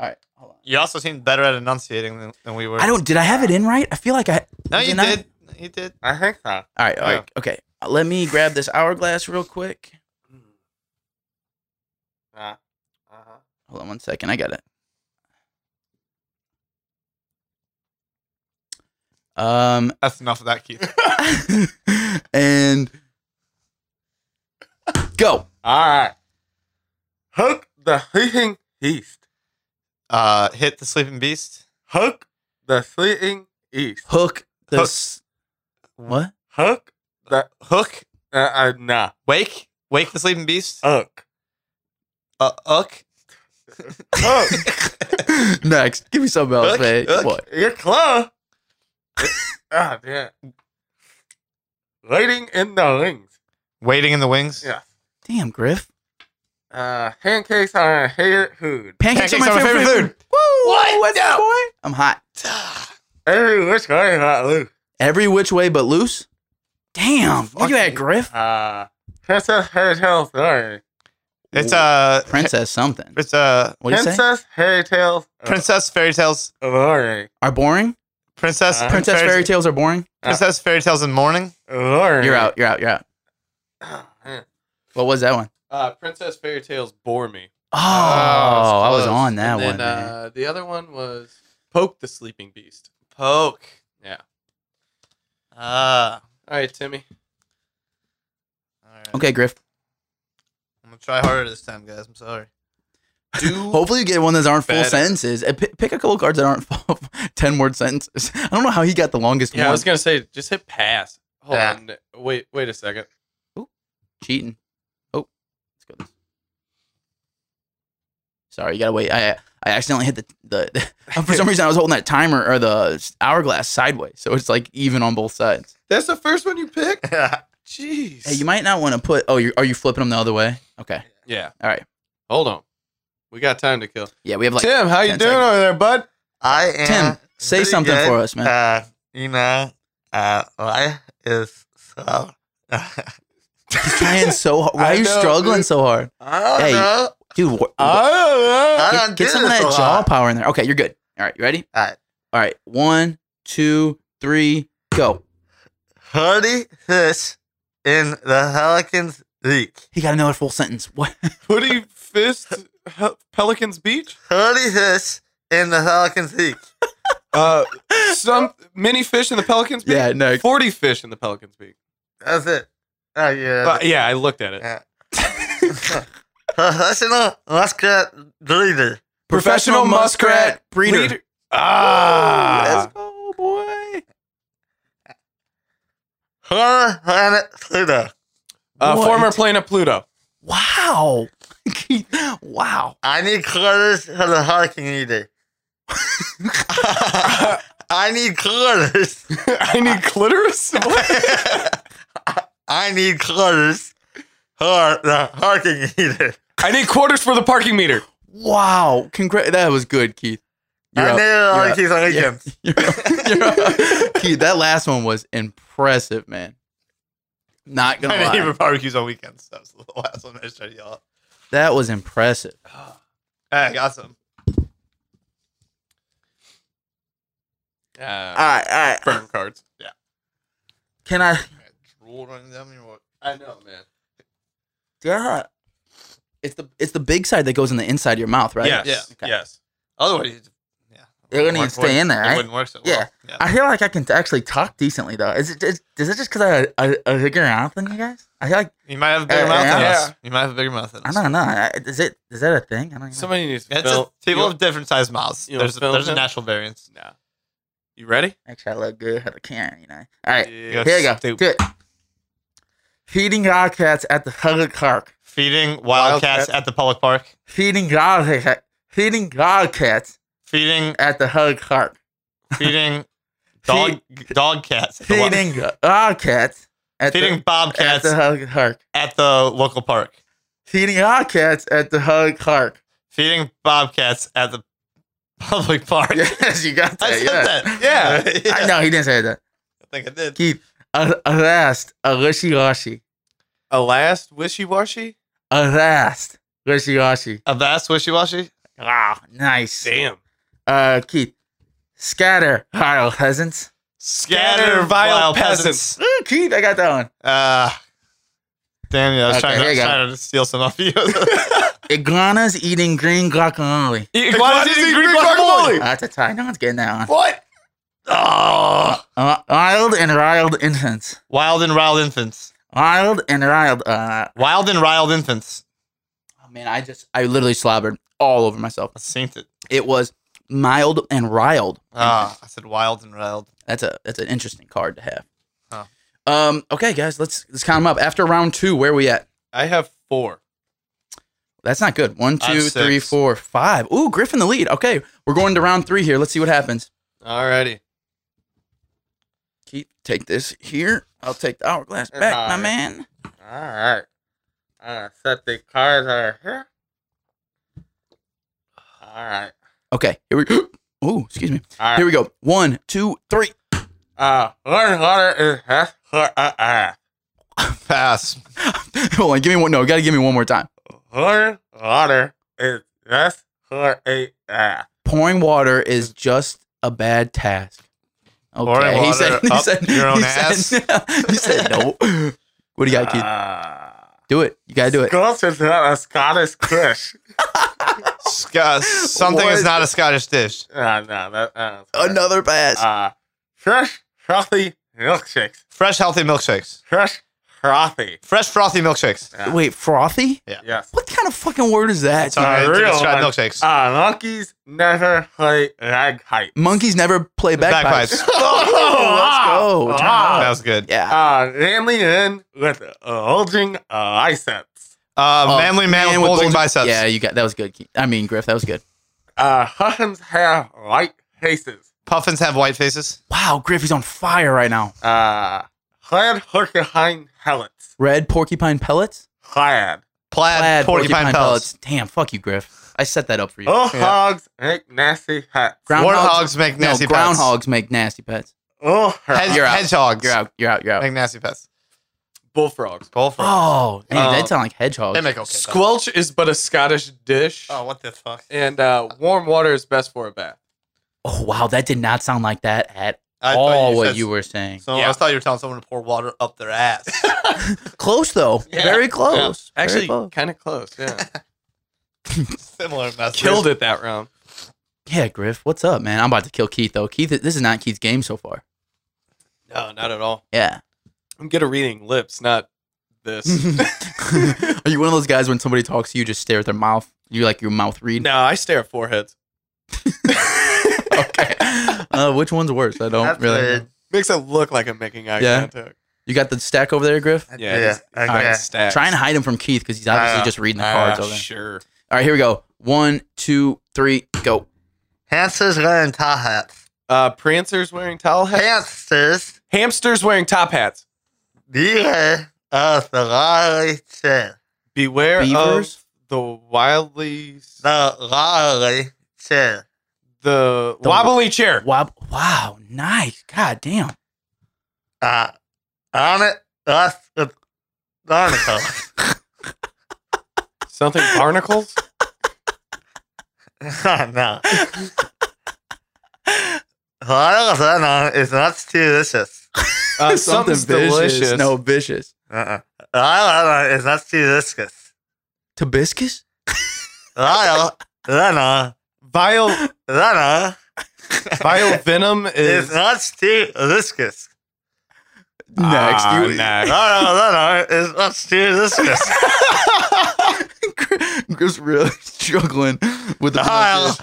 S4: All right, hold on.
S2: You also seemed better at enunciating than, than we were.
S4: I don't. Did I have it in right? I feel like I.
S2: No, you
S4: didn't I?
S2: did. You did.
S3: I think that.
S4: All right. All
S2: Yeah.
S4: right. Okay. Uh, Let me grab this hourglass real quick.
S3: Uh huh.
S4: Hold on one second. I got it. Um,
S2: That's enough of that, Keith.
S4: and go.
S3: All right. Hook the sleeping east.
S2: Uh, hit the sleeping beast.
S3: Hook the sleeping east.
S4: Hook the
S2: Hook.
S4: s- what?
S3: Hook the
S2: Hook.
S3: uh, uh nah.
S2: Wake. Wake the sleeping beast.
S3: Hook.
S2: Uh, hook.
S3: Hook.
S4: Next, give me something else,
S2: Hook,
S4: man.
S2: hook.
S4: What?
S3: You're close. ah damn. Waiting in the wings.
S2: Waiting in the wings.
S3: Yeah.
S4: Damn, Griff.
S3: Uh, pancakes are a favorite food.
S4: Pancakes, are my favorite, food. Woo!
S2: What?
S4: What's up, boy? I'm hot.
S3: Every which way not loose.
S4: Every which way but loose. Damn. Look at that, Griff.
S3: Uh, Princess Harry Tale story.
S2: It's uh,
S4: Princess something.
S2: it's uh,
S4: What do you say?
S3: Princess Harry Tale
S2: princess fairy tales.
S3: Lori.
S4: Are boring?
S2: Princess.
S3: Uh,
S4: Princess fairy tales are boring?
S2: Princess fairy tales in morning.
S3: Lori.
S4: You're out. You're out. You're out. What was that one?
S3: Ah, Uh, Princess Fairy Tales bore me.
S4: Oh,
S2: Oh,
S4: I was
S2: close.
S4: on that
S3: and then,
S4: one. man.
S3: Uh, the other one was Poke the Sleeping Beast. Poke. Yeah.
S2: Ah.
S3: All right, Timmy.
S2: all right.
S4: okay, Griff.
S2: I'm gonna try harder this time, guys. I'm sorry.
S3: Do
S4: Hopefully, you get one that aren't full
S3: Better.
S4: sentences. Uh, pi- Pick a couple cards that aren't full, ten word sentences. I don't know how he got the longest
S3: yeah, I
S4: one.
S3: was gonna say just hit pass. Hold
S2: Yeah.
S3: on. Wait. Wait a second.
S4: Cheating. Oh, let's go. This. Sorry, you gotta wait. I I accidentally hit the the. for some reason, I was holding that timer or the hourglass sideways, so it's like even on both sides.
S3: That's the first one you picked. Jeez.
S4: Hey, you might not want to put. Oh, you are you flipping them the other way? Okay.
S3: yeah.
S4: All right.
S3: Hold on. We got time to kill.
S4: Yeah, we have like
S3: Tim, how you
S4: 10
S3: doing
S4: seconds.
S3: over there, bud?
S2: I am.
S4: Tim. Say
S2: pretty
S4: something
S2: good.
S4: for us, man.
S2: Uh, you know, uh, life is so.
S4: He's trying so hard. Why
S3: I
S4: are you
S3: know,
S4: struggling
S3: dude.
S4: so hard,
S2: I don't
S4: Hey,
S2: know.
S4: dude? wh-
S2: I
S3: Oh,
S2: don't
S4: Get, get
S2: do
S4: some of
S2: this
S4: that
S2: a
S4: jaw
S2: lot.
S4: power in there. Okay, you're good. All right, you ready?
S2: All right.
S4: All right, one, two, three, go.
S2: Hardy fish in the Helican's beak.
S4: He got another full sentence. What?
S3: Hoodie Fist Hel- Pelicans Beach.
S2: Hardy fish in the Helican's beak.
S3: Uh, some many fish in the Pelicans Beak.
S4: Yeah, no.
S3: Forty fish in the Pelicans Beak.
S2: That's it. Oh yeah.
S3: Uh, yeah, I looked at it.
S2: Yeah. Uh, Professional muskrat breeder.
S3: Professional muskrat
S4: breeder.
S3: Leader- Ah,
S4: Let's go, boy.
S2: Horror planet Pluto.
S3: uh,
S4: What?
S3: former planet Pluto.
S4: Wow. wow.
S2: I need quarters for the Hurricane Eater. I need quarters.
S3: I need clitoris.
S2: I need quarters for the Hurricane Eater.
S3: I need quarters for the parking meter.
S4: Wow. Congrat. That was good, Keith. You're
S2: I
S4: up.
S2: need a
S4: You're up.
S2: Hurricane on weekends.
S4: You're up. You're up. Keith, that last one was impressive, man. Not gonna
S2: I need even
S4: lie.
S2: barbecues on weekends. That was the last one I just tried to yell out.
S4: That was impressive.
S2: Hey, awesome.
S3: Uh,
S2: All right, all right.
S3: burn cards.
S2: Yeah.
S4: Can I
S2: Drool on them. you know what?
S3: I know, man.
S4: Yeah. It's the it's the big side that goes in the inside of your mouth, right?
S5: Yes.
S2: Yeah.
S4: Okay.
S5: Yes.
S2: Otherwise, yeah.
S4: They're gonna
S2: Wouldn't
S4: stay
S2: work.
S4: in there,
S2: It
S4: right?
S2: wouldn't work so
S4: Yeah.
S2: well. Yeah.
S4: I feel like I can actually talk decently though. Is it is, is it just because I I I bigger mouth than you guys? I feel like
S2: You might have a bigger
S4: Uh,
S2: mouth than
S5: yeah.
S2: us. You might have a bigger mouth than
S4: I
S2: us.
S4: don't know. I, is it is that a thing? I don't. Know.
S3: Somebody needs to
S2: It's
S3: fill.
S2: a, people
S3: you-
S2: have different sized mouths.
S3: you know,
S2: there's
S3: Phil
S2: there's a
S3: did?
S2: natural variance.
S3: Nah. You ready?
S4: Actually, I look good at the camera, you know. All right,
S3: Yeah.
S4: here you go.
S2: Stupid.
S4: Do it. Feeding wildcats at the public park.
S2: Feeding wildcats
S3: Wildcats.
S2: at the public park.
S4: Feeding wildcats. Feeding wildcats
S2: Feeding
S4: at the public park.
S2: feeding dog dog cats. At the wild-
S4: Feeding wildcats at
S2: feeding
S4: the at
S2: bobcats
S4: the public park.
S2: at the local park.
S4: Feeding wildcats at the public park.
S2: Feeding bobcats at the public park.
S4: Yes, you got that.
S2: I said
S4: yeah. Uh,
S2: that.
S3: Yeah.
S2: Yeah.
S4: I know he didn't say that.
S2: I think I did.
S4: Keith, a- arrest, wishy washy,
S3: A last wishy washy?
S4: arrest, wishy washy.
S2: A vast wishy washy.
S4: Wow, nice.
S3: Damn.
S4: Uh, Keith, scatter, vile peasants.
S2: Scatter vile peasants.
S4: Ooh, Keith, I got that one.
S2: Uh, damn you! I was
S4: Okay,
S2: trying, to,
S4: here
S2: I was
S4: you go.
S2: trying to steal some off you.
S4: Iguanas eating green guacamole.
S2: Iguanas eating green
S4: Uh, that's a tie. No one's getting that one.
S2: What? Oh.
S4: Uh, wild and riled infants.
S2: Wild and riled infants.
S4: Wild and riled. Uh,
S2: Wild and riled infants.
S4: oh man, I just, I literally slobbered all over myself.
S2: I synced it.
S4: It was mild and riled.
S2: Ah, I said wild and riled.
S4: That's a that's an interesting card to have.
S2: Huh.
S4: Um. Okay, guys, let's let's count them up. After round two, where we at?
S3: I have four.
S4: That's not good. One,
S2: I'm
S4: two,
S2: six.
S4: three, four, five. Ooh, Griffin the lead. Okay, we're going to round three here. Let's see what happens.
S3: Alrighty.
S4: Keith, take this here. I'll take the hourglass back, my
S3: Bye.
S4: man.
S3: Alright. Uh, set the cards are here. Alright.
S4: Okay, here we. Ooh, excuse me.
S3: All right.
S4: Here we go. One, two, three.
S3: Uh, learn water is half her uh,
S2: Pass.
S4: Hold on, give me one. No, gotta give me one more time.
S3: Learn water is half her a ass.
S4: Pouring water is just a bad task. Okay,
S2: Pouring
S4: he
S2: water
S4: said. He
S2: up
S4: said.
S2: your own
S4: he said. he said no. What do you got, Keith? Do it. You gotta do it.
S3: Scots Uh, is not a Scottish dish.
S2: Sc- uh, something
S4: What?
S2: is not a Scottish dish.
S3: uh, no, that, uh,
S4: Another pass.
S3: Uh, fresh, frothy milkshakes.
S2: Fresh, healthy milkshakes.
S3: Fresh, frothy.
S2: Fresh, frothy milkshakes.
S3: Uh,
S4: Wait, frothy?
S3: Yes.
S4: What kind of fucking word is that?
S3: Sorry.
S2: I
S3: A
S2: think
S3: real
S2: it's fried
S3: one.
S2: milkshakes.
S3: Uh, monkeys never play ragpipe.
S4: Monkeys never play
S2: Bagpipes.
S4: bagpipes. Oh, let's go.
S3: wow.
S2: that was good.
S4: Yeah.
S3: Uh, manly men with bulging uh, biceps.
S2: Uh,
S4: Oh,
S2: manly man, with bulging, biceps.
S4: Yeah, you got that was good. Keith. I mean, Griff, that was good.
S3: Uh, Huffins have white faces.
S2: Puffins have white faces.
S4: Wow, Griff, he's on fire right now.
S3: Uh, clad porcupine pellets.
S4: Red porcupine pellets.
S3: Clad.
S2: Plaid,
S4: Plaid
S2: porcupine, pellets.
S4: Damn, fuck you, Griff. I set that up for you.
S3: Oh, hogs make nasty hats.
S2: Warthogs make nasty
S4: no,
S2: pets.
S4: groundhogs make nasty pets.
S3: Oh,
S2: Hedge-
S4: You're out.
S2: hedgehogs
S4: You're out. You're out. You're out.
S2: make nasty pets.
S3: bullfrogs.
S2: Bullfrogs.
S4: Oh, damn,
S3: Uh,
S4: that sound like hedgehogs.
S2: they make okay. though.
S3: Squelch is but a Scottish dish,
S2: Oh, what the fuck?
S3: and uh, warm water is best for a bath.
S4: oh wow, that did not sound like that at
S2: I thought
S4: all.
S2: said-
S4: what you were saying.
S2: So
S3: Yeah.
S2: I thought you were telling someone to pour water up their ass.
S4: Close though.
S3: Yeah.
S4: Very close. Very close.
S3: kind of close. Yeah,
S2: Similar message.
S3: killed it that round.
S4: Yeah, Griff, what's up, man? I'm about to kill Keith though. Keith, this is not Keith's game so far.
S3: No, not at all.
S4: Yeah.
S3: I'm good at reading lips, not this.
S4: Are you one of those guys when somebody talks to you, just stare at their mouth? You like your mouth read?
S3: no, I stare at foreheads.
S4: Okay. uh, which one's worse? I don't
S2: That's
S4: really.
S2: weird.
S4: know.
S3: Makes it look like I'm making eye
S4: Yeah.
S3: contact.
S4: You got the stack over there, Griff.
S3: Yeah, just fucking
S4: okay.
S3: stacks.
S4: Try and hide him from Keith because he's obviously
S3: Uh,
S4: just reading the
S3: Ah,
S4: cards over there.
S3: sure.
S4: All right, here we go. One, two, three, go.
S5: Hamsters wearing top hats.
S3: Uh, prancers wearing towel hats.
S5: Hamsters
S3: Hamsters wearing top hats.
S5: beware
S2: Uh,
S5: of the lolly chair.
S3: Beware
S4: Beavers?
S3: of the wildly
S5: The lolly chair.
S3: the,
S4: The-
S3: wobbly chair.
S4: Wow, wow, nice. God damn.
S5: Uh, on it, us with barnacle.
S3: Something barnacles. Ah,
S5: no. Lolly's unknown is much too vicious.
S3: Uh, something's delicious.
S4: No, vicious.
S5: Uh-uh. Lolly's unknown is much too viscous.
S4: Tobiscus?
S2: Lana, Lana,
S3: Vile
S2: Lana
S3: vile venom is
S2: is not Steve Liskus.
S4: Next.
S3: Ah,
S4: you,
S3: next.
S2: Lana, Lana is not Steve Liskus.
S4: Griff's really struggling with
S3: Ah,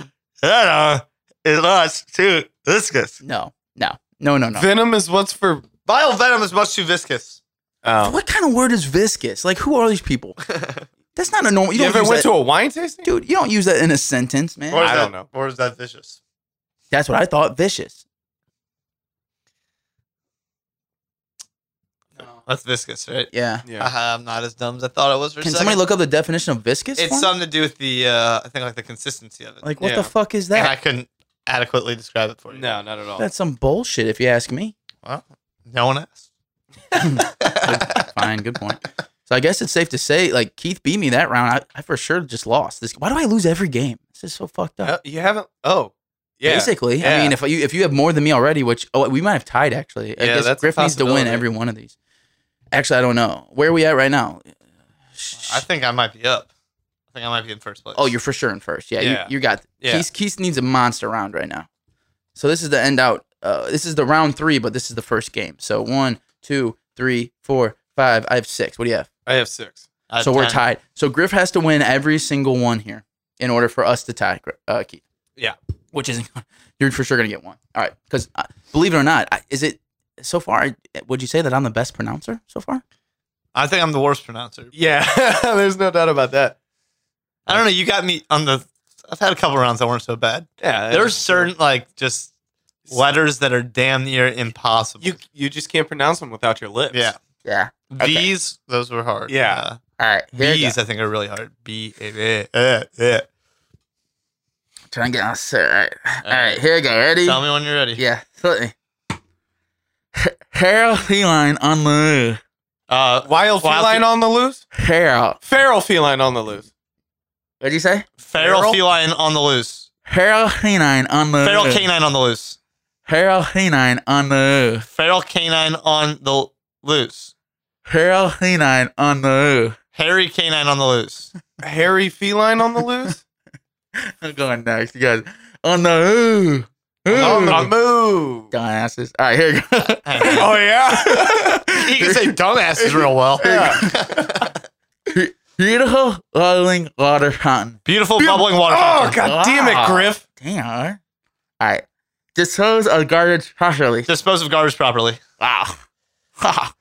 S4: the pronunciation.
S2: Lana, Lana is not Steve Liskus.
S4: No, no, no, no, no.
S3: venom is what's for
S5: Vile venom is much too viscous.
S3: oh.
S4: what kind of word is viscous? Like, who are these people? That's not a normal. You,
S3: You,
S4: don't
S3: ever
S4: use
S3: went
S4: that,
S3: to a wine tasting?
S4: dude. You don't use that in a sentence, man.
S5: Or is
S3: I don't
S5: that-
S3: know.
S5: Or is that vicious?
S4: That's what I thought. Vicious.
S5: That's viscous, right?
S4: Yeah.
S3: Yeah.
S5: Haha, I'm not as dumb as I thought I was for
S4: Can
S5: a second.
S4: somebody look up the definition of viscous?
S5: It's
S4: for me?
S5: something to do with the uh, I think like the consistency of it.
S4: like what
S3: Yeah.
S4: the fuck is
S5: and I
S4: that?
S5: couldn't adequately describe it for you.
S3: No, not at all.
S4: That's some bullshit, if you ask me.
S5: Well, no one asked.
S4: Fine, good point. So I guess it's safe to say, like Keith beat me that round. I, I for sure just lost this. Why do I lose every game? This is so fucked up.
S3: Uh, you haven't. Oh, yeah.
S4: Basically, I
S3: Yeah.
S4: mean, if you if you have more than me already, which oh, we might have tied actually. I
S3: Yeah,
S4: guess
S3: that's a
S4: Griff needs to win
S3: possibility.
S4: every one of these. Actually, I don't know where are we at right now.
S5: I think I might be up. I think I might be in first place.
S4: Oh, you're for sure in first. Yeah,
S3: Yeah.
S4: You, you got.
S3: Yeah.
S4: Keith, Keith needs a monster round right now. So this is the end out. Uh, this is the round three, but this is the first game. So one, two, three, four, five. I have six. What do you have?
S3: I have six.
S5: I have
S4: so we're
S5: 10.
S4: tied. So Griff has to win every single one here in order for us to tie Gri- uh, Keith.
S3: Yeah.
S4: which isn't. You're for sure gonna get one. All right, because uh, believe it or not, I, is it so far? I- Would you say that I'm the best pronouncer so far?
S5: I think I'm the worst pronouncer.
S3: Yeah, there's no doubt about that.
S5: I don't know. You got me on the. I've had a couple rounds that weren't so bad.
S3: Yeah,
S5: There's certain like just letters that are damn near impossible.
S3: you you just can't pronounce them without your lips.
S5: yeah.
S4: Yeah. Okay.
S5: These those were hard.
S3: Yeah.
S5: Uh,
S4: All right. Here you go.
S5: These I think are really hard. B A A. uh, uh.
S4: Trying to get on set. All right. All right. Here we go. Ready?
S5: Tell me when you're ready.
S4: Yeah. Certainly. Harold Feline on the
S5: Uh,
S3: Wild,
S5: Wild
S3: feline
S5: fe-
S3: on the loose.
S4: Harold.
S3: Feral feline on the loose.
S4: What'd you say?
S5: feral,
S3: Feral?
S5: feline on the loose.
S4: Harold Feline on the
S5: Feral canine on the loose.
S4: Harold Feline on the
S5: Feral canine on the loose.
S4: Harold Feline on the
S5: Hairy canine on the loose.
S3: Hairy feline on the loose.
S4: I'm going next, you guys. On the ooh. Ooh.
S3: on the move.
S4: Dumbasses. All right, here we go.
S5: Hang on.
S3: Oh yeah.
S5: you can say dumbasses real well.
S4: Beautiful rolling water fountain.
S5: Beautiful bubbling water
S3: oh
S5: fountain.
S3: god damn it, Griff.
S4: Damn. all right. All right. Dispose of garbage properly.
S5: Dispose of garbage properly.
S4: Wow. Ha.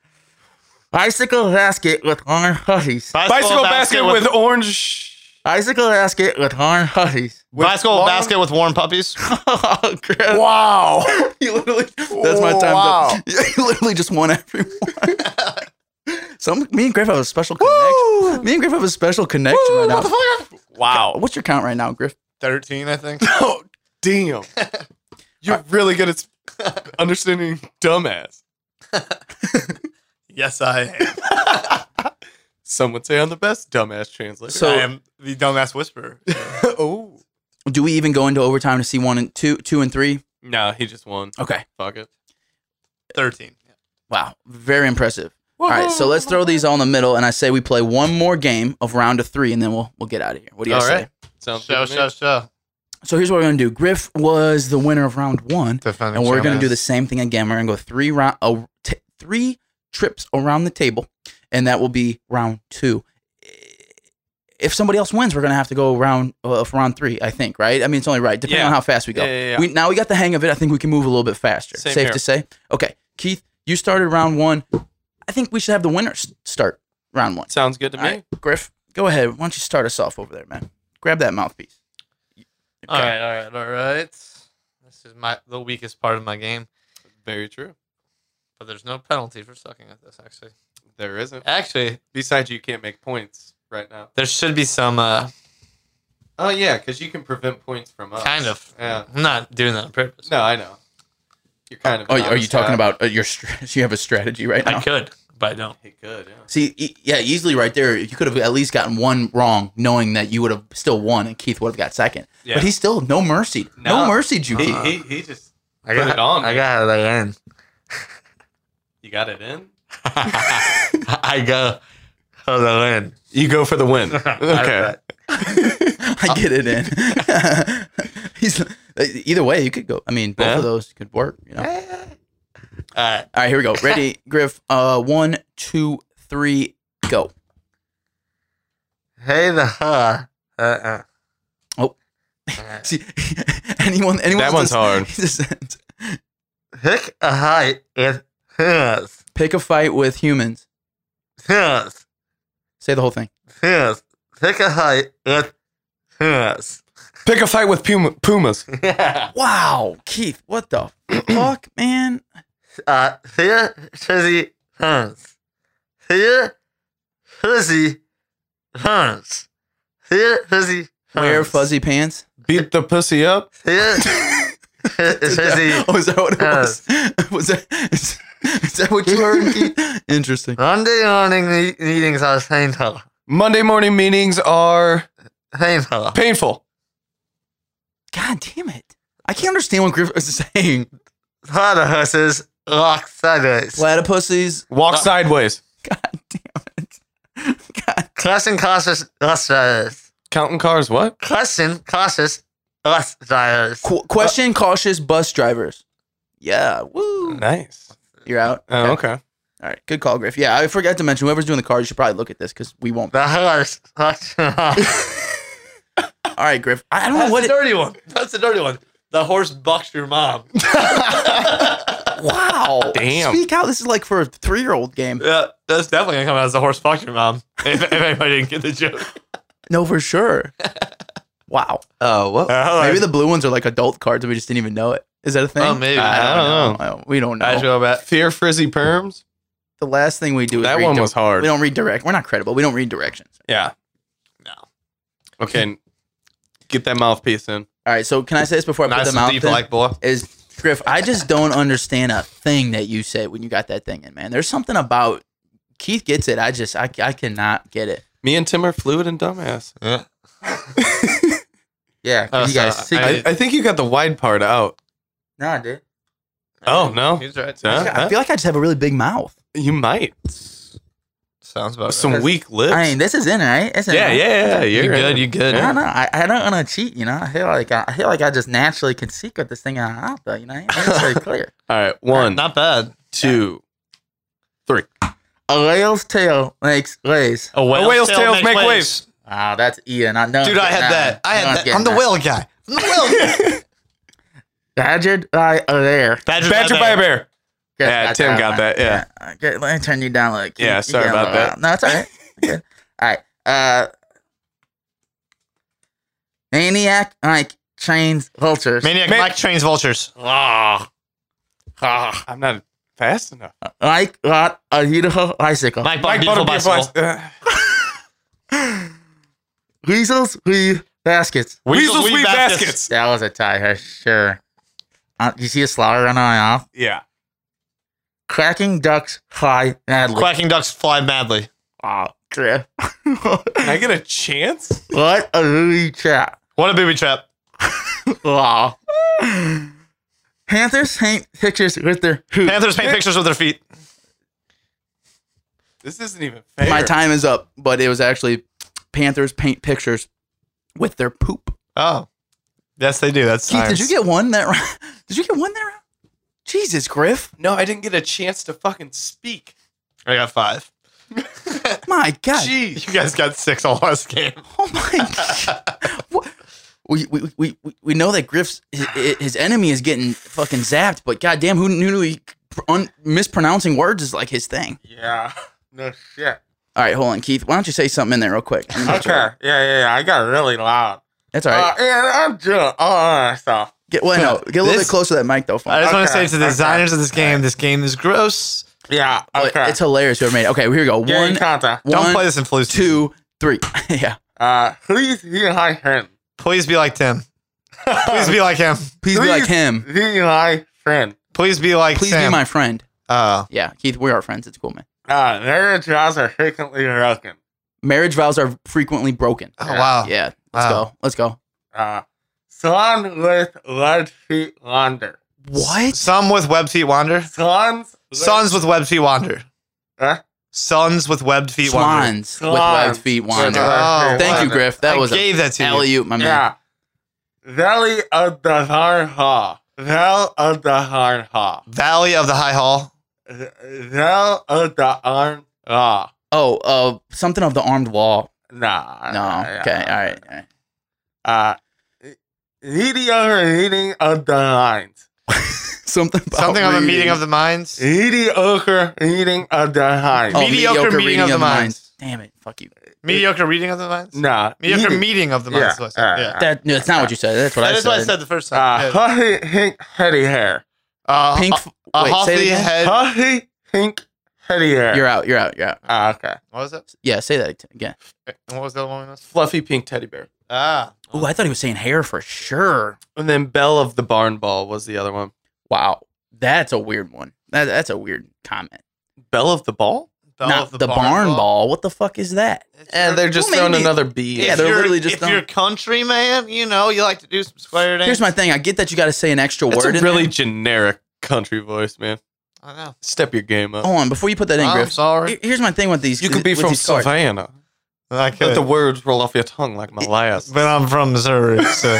S4: Bicycle basket with orange putties.
S3: Bicycle basket with, orange. sh-
S4: Bicycle basket with orange putties.
S3: with
S5: bicycle
S3: long-
S5: basket with warm puppies.
S4: oh, Griff.
S3: Wow.
S4: You literally, that's my time. Wow. You literally just won every one. Some, me and Griff have a special connection. Me and Griff have a special connection right now.
S3: Wow.
S4: What's your count right now, Griff?
S5: Thirteen, I think.
S3: Oh damn. You're really good at s- understanding dumbass.
S5: yes, I am.
S3: Some would say I'm the best dumbass translator.
S4: So-
S5: I am the dumbass whisperer.
S3: oh.
S4: Do we even go into overtime to see one and two, two and three?
S3: No, he just won.
S4: Okay.
S3: Fuck it.
S5: Thirteen.
S4: Wow. Very impressive. All right, so let's throw these all in the middle, and I say we play one more game of round of three, and then we'll we'll get out of here. What do you guys
S3: All right.
S4: say?
S3: Sounds
S5: Show,
S3: good to me.
S5: show, show.
S4: So here's what we're gonna do. Griff was the winner of round one,
S5: Defending
S4: and we're gonna
S5: champions.
S4: do the same thing again. We're gonna go three round, uh, t- three trips around the table, and that will be round two. If somebody else wins, we're gonna have to go round uh, for round three, I think. Right? I mean, it's only right depending
S3: Yeah.
S4: on how fast we go.
S3: Yeah, yeah, yeah.
S4: We, now we got the hang of it. I think we can move a little bit faster.
S3: Same
S4: Safe
S3: here.
S4: to say. Okay, Keith, you started round one. I think we should have the winners start round one.
S3: Sounds good to
S4: All
S3: me.
S4: right, Griff, go ahead. Why don't you start us off over there, man? Grab that mouthpiece.
S5: All right, all right, all right. This is my the weakest part of my game,
S3: Very true.
S5: but there's no penalty for sucking at this. Actually,
S3: There isn't.
S5: actually,
S3: Besides, you can't make points right now.
S5: there should be some uh,
S3: Oh yeah, because you can prevent points from us.
S5: kind of.
S3: Yeah.
S5: I'm not doing that on purpose.
S3: No, I know. You're kind of.
S4: Oh,
S3: an
S4: are you
S3: honest
S4: talking
S3: guy.
S4: about uh, your? str- You have a strategy right now.
S5: I could, but I don't.
S3: He could. Yeah.
S4: See, e- yeah, easily right there. You could have at least gotten one wrong, knowing that you would have still won, and Keith would have got second.
S3: Yeah.
S4: But he still no mercy, no,
S3: No.
S4: mercy, you. Keith.
S3: he, he he just.
S5: I
S3: Put
S5: got
S3: it on,
S5: I
S3: man.
S5: got it again.
S3: You got it in.
S5: I go.
S2: for the win.
S3: You go for the win. Okay. uh,
S4: I get it in. He's uh, either way, you could go. I mean, both
S3: Yeah. Eh.
S4: of those could work. You know. All
S2: All right.
S4: right, here we go. Ready, Griff? Uh, one, two, three, go.
S2: Hey, the huh. Uh-uh.
S4: Oh. See, anyone? Anyone?
S3: That one's hard.
S4: hard.
S2: Pick a height with his.
S4: Pick a fight with humans.
S2: His.
S4: Say the whole thing.
S2: His. Pick a height with his.
S3: Pick a fight with puma, pumas.
S2: Yeah.
S4: Wow, Keith, what the fuck, man?
S2: Uh, here, Tizzy Hearns. Here, Fuzzy Hearns. Here, Fuzzy Hearns.
S4: Wear fuzzy pants.
S3: Beat the pussy up.
S2: Here, Fuzzy
S4: Oh, is that what it was? was that? Is, is that what you heard? Keith? Interesting.
S2: Monday morning me- meetings are painful.
S3: Monday morning meetings are
S2: Painful.
S3: painful.
S4: God damn it! I can't understand what Griff is saying.
S2: Water horses walk sideways.
S4: Platypuses.
S3: Walk sideways.
S4: God damn it. God.
S2: Clutching cautious bus drivers.
S3: Counting cars. What?
S2: Clutching cautious bus drivers.
S4: Qu- question cautious bus drivers. Uh, Yeah. Woo.
S3: Nice.
S4: You're out.
S3: Oh, okay.
S4: All right. Good call, Griff. Yeah, I forgot to mention whoever's doing the card, you should probably look at this because we won't.
S2: The horse walks off.
S4: All right, Griff. I I don't know what.
S5: That's a
S4: It,
S5: dirty one. That's a dirty one. The horse bucks your mom.
S4: wow.
S3: Damn.
S4: Speak out. This is like for a three-year-old game.
S5: Yeah, that's definitely gonna come out as the horse fucked your mom. If, if anybody didn't get the joke.
S4: No, for sure. wow. Oh, well.
S5: Uh,
S4: Maybe the blue ones are like adult cards and we just didn't even know it. Is that a thing?
S5: Oh, maybe.
S3: I don't know.
S4: I don't- we don't know.
S5: I show that.
S3: Fear frizzy perms.
S4: the last thing we do is
S3: That one
S4: redir-
S3: was hard.
S4: We don't read direct. We're not credible. We don't read directions.
S3: Yeah. No. Okay. Get that mouthpiece in.
S4: All right. So can I say this before I put
S5: Nice
S4: them out?
S5: and deep,
S4: then?
S5: like boy.
S4: is Griff, I just don't understand a thing that you said when you got that thing in, man. There's something about Keith gets it. I just I, I cannot get it.
S3: Me and Tim are fluid and dumbass.
S5: Yeah.
S4: Yeah,
S5: Oh,
S4: you guys
S5: so
S4: see
S3: I, I think you got the wide part out.
S4: Nah, dude.
S3: Oh no.
S5: He's right.
S3: Yeah.
S4: I, feel like I just have a really big mouth.
S3: You might.
S5: Sounds about
S3: Some
S5: right.
S3: weak lips.
S4: I mean, this is in right. It's in
S3: yeah,
S4: right?
S3: yeah, yeah. You're,
S5: You
S3: right.
S5: good? You good?
S4: I don't know. I, I don't want to cheat. You know, I feel like I, I feel like I just naturally can secret this thing out. Though you know, it's very clear.
S3: All right. One,
S5: Not bad.
S3: two, three.
S4: A whale's tail makes waves.
S5: A whale's,
S3: whale's tail make waves.
S4: Ah, that's Ian. I know.
S5: Oh. Dude, I had that. I had that. I'm the whale guy. I'm the whale guy.
S4: Badgered by a bear.
S5: Badger,
S3: Badger by a bear.
S4: Good,
S3: Yeah,
S4: got
S3: Tim got
S4: one.
S3: that, yeah.
S4: Uh, good, let me turn you down, like
S3: Yeah, sorry about that.
S4: No, it's all right. Good. All right. Uh, maniac like chains vultures.
S5: Maniac
S3: Man-
S5: Mike trains vultures. Ah. Ah.
S3: I'm not fast enough.
S5: Oh,
S4: like lot a beautiful bicycle.
S5: Mike bought a beautiful bicycle.
S4: Weasels weave baskets.
S3: Weasels weave baskets.
S4: That was a tie for sure. Uh, you see a slaughter running off.
S3: Yeah.
S4: Cracking ducks fly madly.
S5: Quacking ducks fly madly.
S4: oh, Griff.
S3: Can I get a chance?
S4: what a booby trap.
S5: What a booby trap.
S4: Wow. Panthers paint pictures with their hooves.
S5: Panthers paint pictures with their feet.
S3: This isn't even fair.
S4: My time is up, but it was actually Panthers paint pictures with their poop.
S5: Oh. Yes, they do. That's
S4: Keith, did
S5: science.
S4: you get one that round? Did you get one that round? Jesus, Griff.
S3: No, I didn't get a chance to fucking speak.
S5: I got five.
S4: My God.
S5: Jeez. You guys got six all last game.
S4: Oh my God. What- We, we, we, we- we know that Griff's his, his enemy is getting fucking zapped, but goddamn, who knew he un, mispronouncing words is like his thing.
S2: Yeah. No shit.
S4: All right, hold on, Keith. Why don't you say something in there real quick?
S2: Okay. Yeah, yeah, yeah. I got really loud.
S4: That's all right.
S2: Uh, and I'm uh, doing all that stuff.
S4: Get well, no, get a little
S5: This-
S4: bit closer to that mic though.
S5: I
S4: Phone.
S5: just want to
S2: Okay,
S5: say to the
S2: okay.
S5: designers of this game, this game is gross.
S2: Yeah.
S4: But
S2: Okay.
S4: It's hilarious whoever made it. Okay, here we go.
S2: Yeah, you
S4: One,
S2: counter.
S5: Don't
S4: one,
S5: play this in flu season.
S4: two, three. yeah.
S2: Uh, please be like him.
S5: Please be like Tim. Please be like him.
S4: Please be
S2: Please.
S4: like him.
S2: Be my friend.
S5: Please be like
S4: Please
S5: Sam.
S4: be my friend.
S5: Oh.
S4: Yeah, Keith, we are friends. It's cool, man.
S2: Uh, their jaws are frequently broken.
S4: Marriage vows are frequently broken.
S5: Oh, wow.
S4: Yeah. Let's
S5: Wow.
S4: go. Let's go.
S2: Uh, swan with lead feet wander.
S4: What?
S5: Some with web feet wander.
S2: Swans.
S5: Sons with web feet wander.
S2: Huh? Sons with webbed feet. wandering.
S4: Swans with webbed feet wander.
S2: Oh,
S4: Thank you,
S2: whatever.
S4: Griff. That
S2: I
S4: was
S2: gave that to you.
S4: alley oop, my man.
S3: Yeah. Valley of the Har Ha. Valley of the Har Ha.
S2: Valley of the High Hall.
S3: Valley of the Arn Ha.
S4: Oh, uh, something of the armed wall.
S2: Ah,
S3: Nah.
S4: No. Okay. All right. All right.
S3: Uh, leading over leading of the lines.
S4: Something. About
S2: Something of a
S4: reading.
S2: meeting of the minds.
S3: Mediocre leading of the lines.
S4: Oh,
S2: Mediocre meeting of the minds.
S4: Damn it. Fuck you.
S2: Mediocre reading of the minds.
S3: Nah.
S2: Mediocre
S3: leading-
S2: meeting of the minds.
S3: Yeah,
S2: was-
S3: uh,
S2: yeah.
S4: That, no, that's not what you said. That's what
S2: Ah. That
S4: I
S2: is
S4: said.
S2: what I said the first
S3: Uh,
S2: time. Yeah.
S3: huffy, hink, heady hair.
S2: Uh,
S4: Pink.
S2: a-
S4: f-
S2: a
S4: wait, say it
S2: healthy
S4: again.
S2: head.
S3: Huffy, hink, heady hair.
S4: You're out. You're out. You're out.
S3: Ah, okay.
S2: What was it?
S4: Yeah. Say that again.
S2: What was the other one? we missed?
S3: Fluffy pink teddy bear.
S2: Ah,
S4: Oh, I thought he was saying hair for sure.
S3: And then Belle of the Barn Ball was the other one.
S4: Wow. That's a weird one. That, that's a weird comment.
S3: Belle of the Ball?
S2: Bell
S4: Not
S2: of
S4: the, barn ball. What the fuck is that?
S2: It's
S3: And
S2: your-
S3: they're just
S4: Well,
S3: throwing
S4: maybe-
S3: another B. in.
S4: Yeah,
S2: if
S4: they're
S2: you're-
S4: literally just
S2: If you're
S4: dumb.
S2: country man, you know you like to do some square dance.
S4: Here's my thing. I get that you got to say an extra
S3: That's
S4: word.
S3: a
S4: in
S3: really
S4: there.
S3: generic country voice, man.
S2: I know.
S3: Step your game up.
S4: Hold on. Before you put that in,
S2: I'm
S4: Griff.
S2: sorry.
S4: here- Here's my thing with these.
S3: you could be
S4: with
S3: from
S4: these cards.
S3: Savannah.
S2: I
S3: Let
S2: could,
S3: the words roll off your tongue like my last.
S2: uh, but I'm from Missouri, so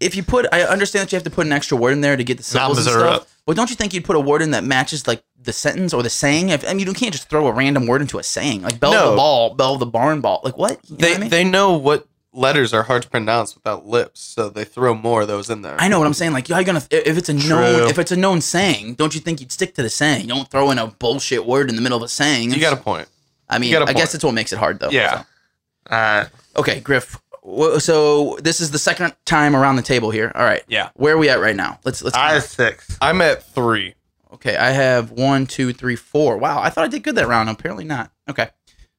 S4: if you put, I understand that you have to put an extra word in there to get the syllables and
S2: Missouri.
S4: stuff. But don't you think you'd put a word in that matches like the sentence or the saying? If, I mean, you can't just throw a random word into a saying like bell
S3: No.
S4: the ball, bell the barn ball. Like what? You know
S3: They
S4: what I, mean?
S3: they know what letters are hard to pronounce without lips, so they throw more of those in there.
S4: I know what I'm saying. Like how you gonna if it's a known
S3: True.
S4: if it's a known saying, don't you think you'd stick to the saying? Don't throw in a bullshit word in the middle of a saying.
S3: You got a point.
S4: I mean,
S3: you got a
S4: I guess
S3: point.
S4: it's what makes it hard though.
S3: Yeah.
S4: so. Okay, Griff. wh- So this is the second time around the table here. All right.
S3: Yeah.
S4: Where are we at right now? Let's let's.
S5: I six.
S3: I'm at three.
S4: Okay, I have one, two, three, four. Wow, I thought I did good that round. Apparently not. Okay.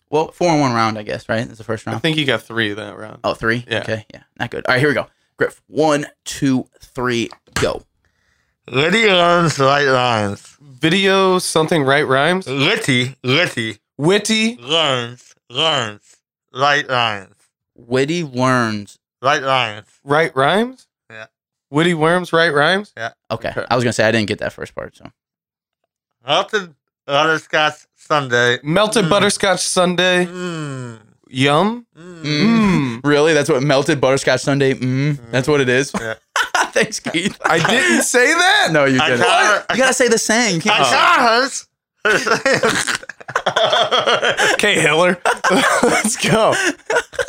S4: Well, four in one round, I guess, right? It's the first
S3: I
S4: round.
S3: think you got three that round.
S4: Oh, three?
S3: Yeah.
S4: Okay, yeah. Not good. All right, here we go. Griff. One, two, three, go.
S5: Liddy learns right lines.
S3: Video something right rhymes.
S5: Litty, Litty
S3: Witty.
S5: learns, learns right lines.
S4: Witty learns.
S5: Right lines.
S3: Right rhymes.
S5: Yeah.
S3: Witty worms right rhymes.
S4: Okay.
S3: Okay.
S4: I was gonna say I didn't get that first part, so
S5: Melted butterscotch Sunday.
S3: Melted
S5: Mm.
S3: butterscotch sundae.
S5: Mmm.
S3: Yum.
S5: Mmm.
S4: Mm.
S3: Mm.
S4: Really? That's what melted butterscotch Sunday? Mm. That's what it is?
S5: Yeah.
S4: Thanks, Keith.
S3: I didn't say that.
S4: no, you
S5: I
S4: didn't.
S5: got
S4: What?
S5: it.
S4: You gotta say the saying. You
S5: Oh.
S4: can't say-
S5: Pajamas.
S3: Okay, Hiller. Let's go.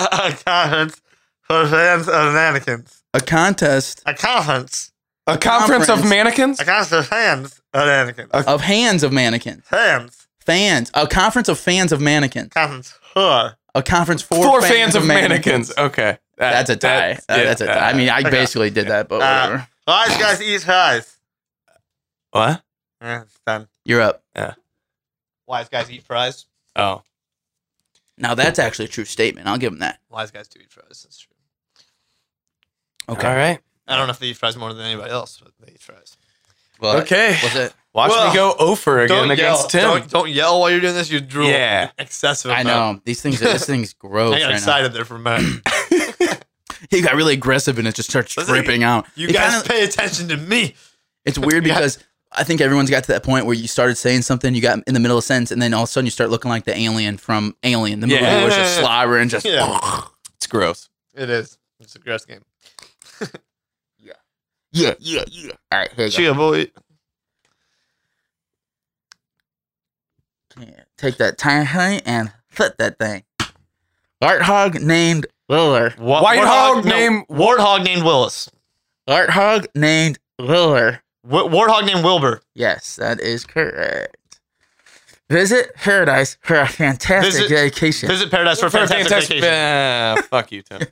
S5: a conference for fans of mannequins.
S4: A contest
S5: A conference.
S3: A conference of
S4: Conference.
S3: mannequins.
S5: A conference for fans of mannequins.
S4: of hands of mannequins.
S5: Fans.
S4: Fans. A conference of fans of mannequins.
S5: Conference for.
S4: A conference for,
S3: Four, fans, of mannequins. Okay, That-
S4: That's a tie.
S3: that-
S4: Uh,
S3: yeah,
S4: that's a tie.
S3: uh,
S4: I mean, I basically did that, but
S5: Uh,
S4: whatever.
S5: Large guys eat fries.
S3: what?
S5: Yeah, it's done.
S4: You're up.
S2: wise guys eat fries.
S3: Oh,
S4: Now that's actually a true statement. I'll give him that.
S2: Wise guys do eat fries. That's true.
S4: Okay.
S3: all right.
S2: I don't know if they eat fries more than anybody else, but they eat fries.
S4: Well,
S3: okay.
S4: Was it?
S3: Watch
S2: Well,
S3: me go over again
S2: don't yell.
S3: against Tim.
S2: Don't, don't yell while you're doing this. You drool.
S3: Yeah.
S2: excessive.
S4: I
S2: amount.
S4: know these things. This thing's gross.
S2: I got
S4: right
S2: excited there for a minute.
S4: Now. He got really aggressive, and it just starts
S2: Listen,
S4: dripping out.
S2: You
S4: It
S2: guys
S4: kinda-
S2: pay attention to me.
S4: it's weird because I think everyone's got to that point where you started saying something, you got in the middle of a sentence, and then all of a sudden you start looking like the alien from Alien, the movie,
S3: Yeah.
S4: where it's just slobber and just.
S2: Yeah.
S3: It's gross.
S2: It is. It's a gross game.
S4: Yeah, yeah, yeah. All right, here you go.
S2: Chia boy.
S4: Yeah. Take that tiny honey and flip that thing. Warthog named Liller.
S2: Wa-
S3: White
S2: warthog,
S3: hog
S2: no,
S3: named-
S2: warthog named Willis.
S4: Warthog named Liller.
S2: W- warthog named Wilbur.
S4: Yes, that is correct. Visit Paradise for a fantastic
S2: Visit-
S4: vacation.
S2: Visit Paradise for a fantastic, vacation.
S3: Ah, fuck you, Tim.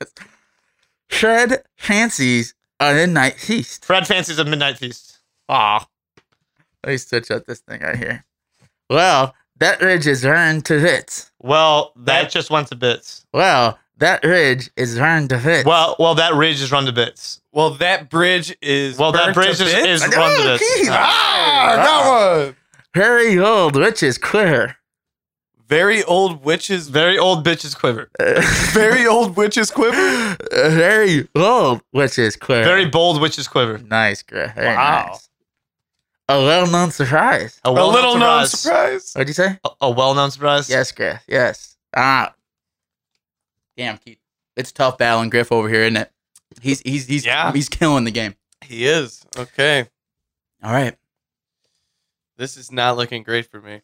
S4: Fred fancies a midnight feast.
S2: Fred fancies a midnight feast.
S4: Aw. Let me switch up this thing right here. Well, that ridge is earned to bits.
S2: Well, that just went to bits.
S4: Well, that ridge is earned to bits.
S2: Well, well, that ridge is run to bits.
S3: Well, that bridge is.
S2: Well, that
S3: burnt to
S2: bridge is,
S3: bits?
S2: is run to bits.
S4: geez.
S3: Ah, that one.
S4: very old, which is clear.
S3: Very old witches.
S2: Very old bitches quiver.
S3: Very old witches quiver.
S4: very old, which is clear.
S2: Very bold witches quiver.
S4: nice, Griff. Very
S2: Wow.
S4: nice. A well known surprise.
S2: A,
S3: A
S2: well-known
S3: little known
S2: surprise.
S3: surprise.
S4: What'd you say?
S2: A, a well-known surprise.
S4: Yes, Griff. Yes. Ah. Damn, Keith. It's tough battling Griff over here, isn't it? He's he's he's
S2: Yeah.
S4: he's killing the game.
S3: He is. Okay.
S4: All right.
S3: This is not looking great for me.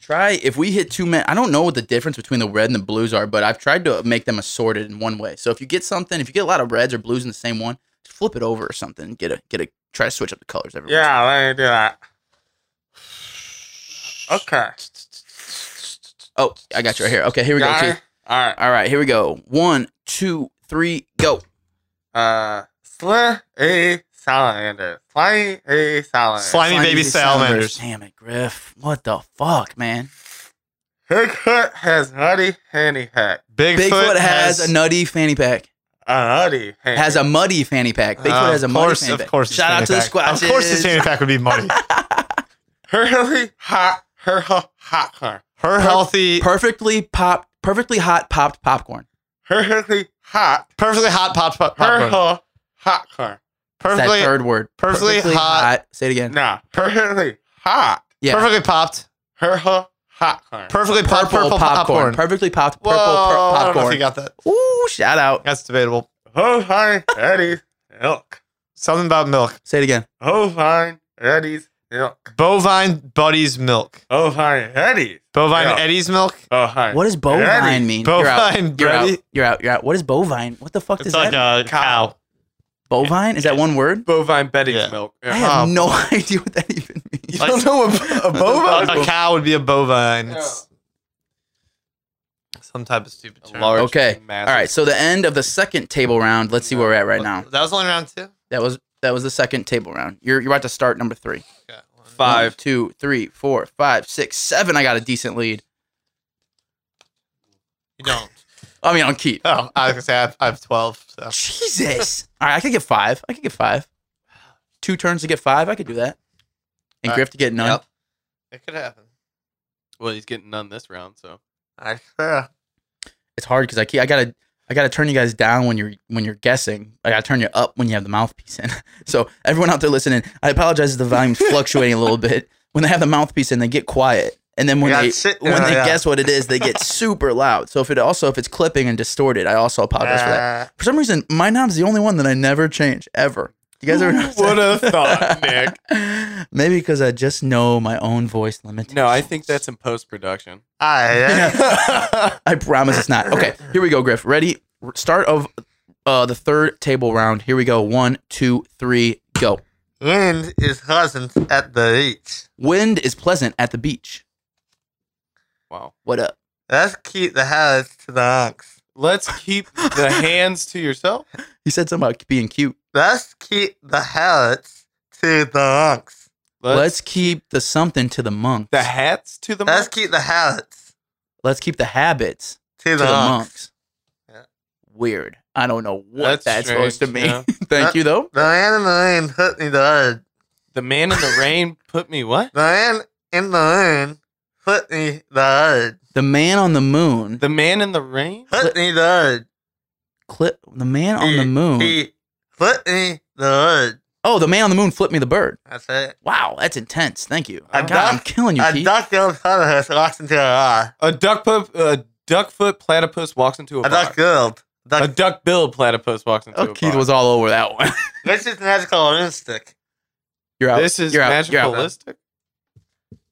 S4: Try if we hit two men. I don't know what the difference between the red and the blues are, but I've tried to make them assorted in one way. So if you get something, if you get a lot of reds or blues in the same one, just flip it over or something. and Get a get a try to switch up the colors every. once in a
S5: Yeah, let me do that. Okay.
S4: while. Oh, I got you right here. Okay, here we go.
S5: Got
S4: Keith.
S5: it? All right.
S4: All right, here we go. One, two, three, go.
S5: Uh, slimy salamander. Slimy salamander.
S2: Slimy, baby salamanders.
S4: Damn it, Griff. What the fuck, man?
S5: Bigfoot has nutty handy pack.
S2: Bigfoot,
S4: Bigfoot has, a
S2: no.
S4: nutty fanny pack.
S5: A nutty handy.
S4: Has a muddy fanny pack. Bigfoot has a
S2: of
S4: muddy
S2: course,
S4: fanny
S2: of
S4: pack.
S2: course. his
S4: Shout out to
S2: fanny
S4: the
S2: pack.
S4: Squatches.
S2: Of course, his fanny pack would be money.
S5: really hot, her hot popcorn.
S2: Her healthy,
S4: Perfectly popped, perfectly hot popped popcorn.
S5: Perfectly hot,
S2: perfectly hot pop, pop
S5: her
S2: popcorn.
S5: hot popcorn.
S4: It's that
S2: Perfectly,
S4: third word.
S2: perfectly hot-
S4: Say it again.
S5: Nah, perfectly hot,
S4: Yeah.
S2: perfectly popped,
S5: her hot popcorn.
S2: perfectly popped
S4: purple,
S2: purple
S4: popcorn.
S2: popcorn.
S4: Perfectly popped
S2: Whoa,
S4: purple
S2: I
S4: pur-
S2: don't know if you
S4: popcorn.
S2: got that.
S4: Ooh, shout out.
S2: That's debatable.
S5: Bovine Eddie's milk.
S2: Something about milk.
S4: Say it again.
S5: Bovine Eddie's milk.
S2: Bovine Buddy's milk.
S5: Bovine Eddie's.
S2: Bovine
S5: Yeah.
S2: Eddie's milk.
S5: Bovine.
S4: What does bovine
S5: Eddie.
S4: mean?
S2: Bovine
S4: You're out. You're out.
S2: Brady.
S4: You're out. You're out. What is bovine? What the fuck
S2: It's
S4: is
S2: like
S4: that?
S2: a cow.
S4: bovine? Is that one word?
S3: Bovine Betty's
S2: Yeah.
S3: milk.
S4: I
S3: Yeah.
S4: have
S2: Oh.
S4: no idea what that even means.
S3: Uh, You don't know what a bovine
S2: A cow would be a bovine. It's some type of stupid term.
S3: large,
S4: Okay.
S3: massive-
S4: All right, so the end of the second table round. Let's see where we're at right now.
S2: That was only round two.
S4: That was that was the second table round. You're you're about to start number three.
S2: Okay. one,
S4: One, two, three, four, five, six, seven. I got a decent lead.
S2: You don't.
S4: I mean, on Keith.
S2: Oh, I was gonna say I have, I have twelve. So.
S4: Jesus. All right, I could get five. I could get five. Two turns to get five. I could do that. And
S2: Uh,
S4: Griff to get none.
S2: yep. It could happen.
S3: Well, he's getting none this round, so.
S5: I swear.
S4: It's hard because I keep I gotta I gotta turn you guys down when you're when you're guessing. I gotta turn you up when you have the mouthpiece in. so everyone out there listening, I apologize if the volume's fluctuating a little bit. When they have the mouthpiece in, they get quiet. And then when
S5: Yeah,
S4: they
S5: it's sitting
S4: when
S5: there,
S4: they
S5: yeah.
S4: guess what it is, they get super loud. So if it also if it's clipping and distorted, I also apologize for
S2: Uh,
S4: that. For some reason, my knob's the only one that I never change ever. You guys ever notice that?
S3: Would have thought, Nick.
S4: Maybe because I just know my own voice limit.
S3: No, I think that's in post production.
S5: Uh, I,
S4: I promise it's not. Okay, here we go, Griff. Ready? R- Start of uh, the third table round. Here we go. One, two, three, go.
S5: wind is pleasant at the beach.
S4: Wind is pleasant at the beach.
S3: Wow.
S4: What up?
S5: Let's keep the house to the hunks.
S3: Let's keep the hands to yourself.
S4: He said something about being cute.
S5: Let's keep the house to the hunks.
S4: Let's, keep the something to the monks.
S3: the hats to the
S5: Let's
S3: monks.
S5: keep the house
S4: Let's keep the habits
S5: to
S4: to
S5: the
S4: the
S5: hunks.
S4: monks.
S5: Yeah.
S4: Weird. I don't know what that's,
S3: That's
S4: supposed to
S3: strange,
S4: mean.
S3: yeah.
S4: Thank
S5: Uh,
S4: you though.
S5: The man in the moon put me to bed.
S3: The man in the rain put me what?
S5: The man in the moon put me to bed.
S4: The man on the moon.
S3: The man in the rain?
S5: Put me to bed.
S4: clip. The man on the
S5: He-
S4: moon.
S5: He put me to bed.
S4: Oh, the man on the moon flipped me the bird.
S5: That's it.
S4: Wow, that's intense. Thank you.
S5: A
S4: God, I'm
S5: duck-
S4: killing you,
S5: A
S4: Keith.
S5: duck yelled son of us walks into a bar.
S3: A duck pu- a duck foot platypus walks into a,
S5: A
S3: bar.
S5: duck yelled.
S3: a
S5: Duck.
S3: duck billed platypus walks into
S4: Oh,
S3: a
S4: Keith
S3: bar.
S4: was all over that one.
S5: This is magical instinct.
S4: You're out.
S3: This is
S4: You're out. You're out.
S3: magicalistic.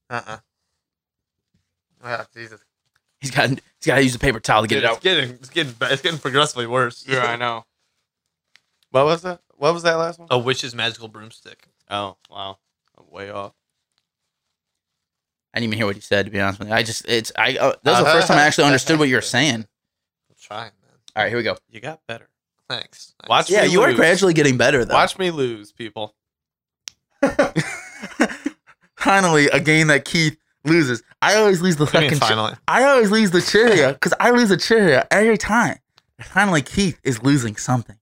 S5: Uh-uh. Oh, Jesus.
S4: He's got. He's got to use a paper towel to get it
S2: It's
S4: out.
S2: getting it's getting ba- it's getting progressively worse.
S3: Yeah, I know. What was that? What was that last one?
S2: A witch's magical broomstick.
S3: Oh, wow. Way off.
S4: I didn't even hear what you said. To be honest with you, I just. It's. I. Uh, that was the first time I actually understood what you were saying.
S2: I'm trying, man.
S4: All right, here we go.
S3: You got better.
S2: Thanks.
S3: Watch
S4: Yeah,
S3: me
S4: you are
S3: lose.
S4: gradually getting better though.
S3: Watch me lose, people.
S4: Finally, a game that Keith loses. I always lose the
S2: What do you mean,
S4: fucking. chi-
S2: finally.
S4: I always lose the cheerio because I lose the cheerio every time. Finally, Keith is losing something.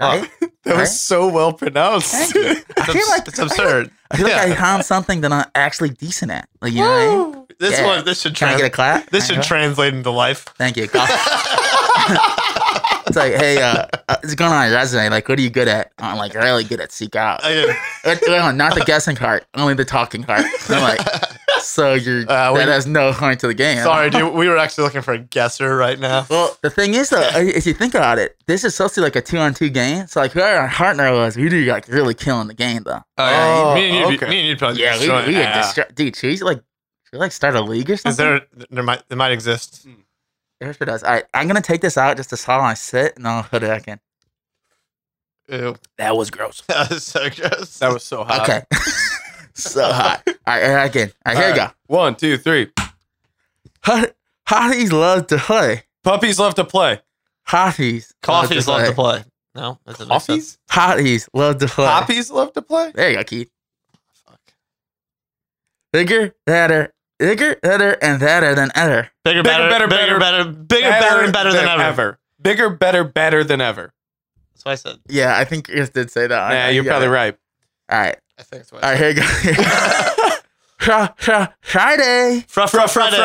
S2: Oh,
S3: That
S4: Right?
S3: was so well pronounced.
S4: Thank you. I
S2: it's,
S4: feel like
S2: it's absurd.
S4: I feel like I
S2: Yeah.
S4: found something that I'm actually decent at. Like, you know what I mean?
S2: This
S4: Yeah.
S2: one this should
S4: Can I
S2: trans-
S4: get a clap?
S2: this should
S4: Alright.
S2: translate into life.
S4: Thank you. Cough. It's like, hey, uh, uh, it's going on your resume. Like, what are you good at? I'm like, really good at seek out.
S5: I-
S4: Uh, uh, not the guessing part, only the talking part. And I'm like, so you're
S5: Uh, we-
S4: that has no harm to the game.
S5: Sorry, dude. We were actually looking for a guesser right now.
S4: Well, the thing is, though, uh, if you think about it, this is supposed to be like a two on two game. So, like, whoever our partner was, we were like really killing the game, though.
S5: Oh,
S3: Oh,
S5: me and you'd, be,
S3: okay.
S5: me and you'd probably
S4: Yeah,
S5: be
S4: we,
S5: destroying-
S4: we had
S5: yeah.
S4: distru- dude. Should we like, should we like start a league or
S5: Is
S4: something?
S5: there? There might. It might exist.
S4: There sure does. All right, I'm gonna take this out just to saw I sit, and I'll put it back in.
S5: Ew.
S4: That was gross.
S5: That was so gross.
S3: That was so hot.
S4: Okay, so hot. All right, all right, again. All right, here
S3: One, two, three.
S4: we go. Hot, hotties love to play.
S3: Puppies love to play.
S4: Hotties.
S5: Coffees love to play. No, that doesn't make sense.
S3: Puppies?
S4: Hotties love to play.
S3: Poppies love to play?
S4: There you go, Keith.
S5: Fuck.
S4: Bigger, better, bigger, better, and better than ever.
S5: Bigger,
S3: Bigger,
S5: better,
S3: better,
S5: better, bigger, better, bigger, better, and better than ever.
S3: Bigger, better, better than ever.
S5: That's what I said.
S4: Yeah, I think Chris did say that.
S3: Yeah, you're probably right.
S4: All right,
S5: I think that's what
S4: all
S5: I
S4: right,
S5: said.
S4: here you go. Fra- fra- Friday,
S5: Fra- fra- Friday.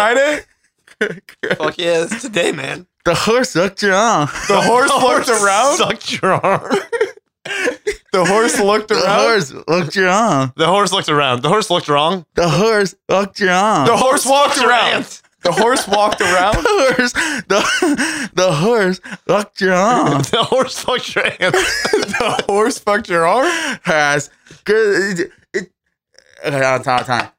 S3: Friday,
S5: Fuck yeah, it's today, man.
S4: the horse looked your arm.
S3: the horse looked
S5: Horse
S3: around.
S5: Sucked your arm.
S3: The horse looked
S4: The
S3: around.
S4: horse looked your arm.
S5: The horse looked around. The horse looked wrong.
S4: The horse looked your arm.
S3: The horse walked
S5: Your
S3: around.
S5: aunt.
S3: The horse walked
S4: The
S3: around.
S4: horse, the, the horse looked your arm.
S5: The horse looked your aunt.
S3: The horse fucked your arm.
S4: Has good. It, it, okay, on time, on time.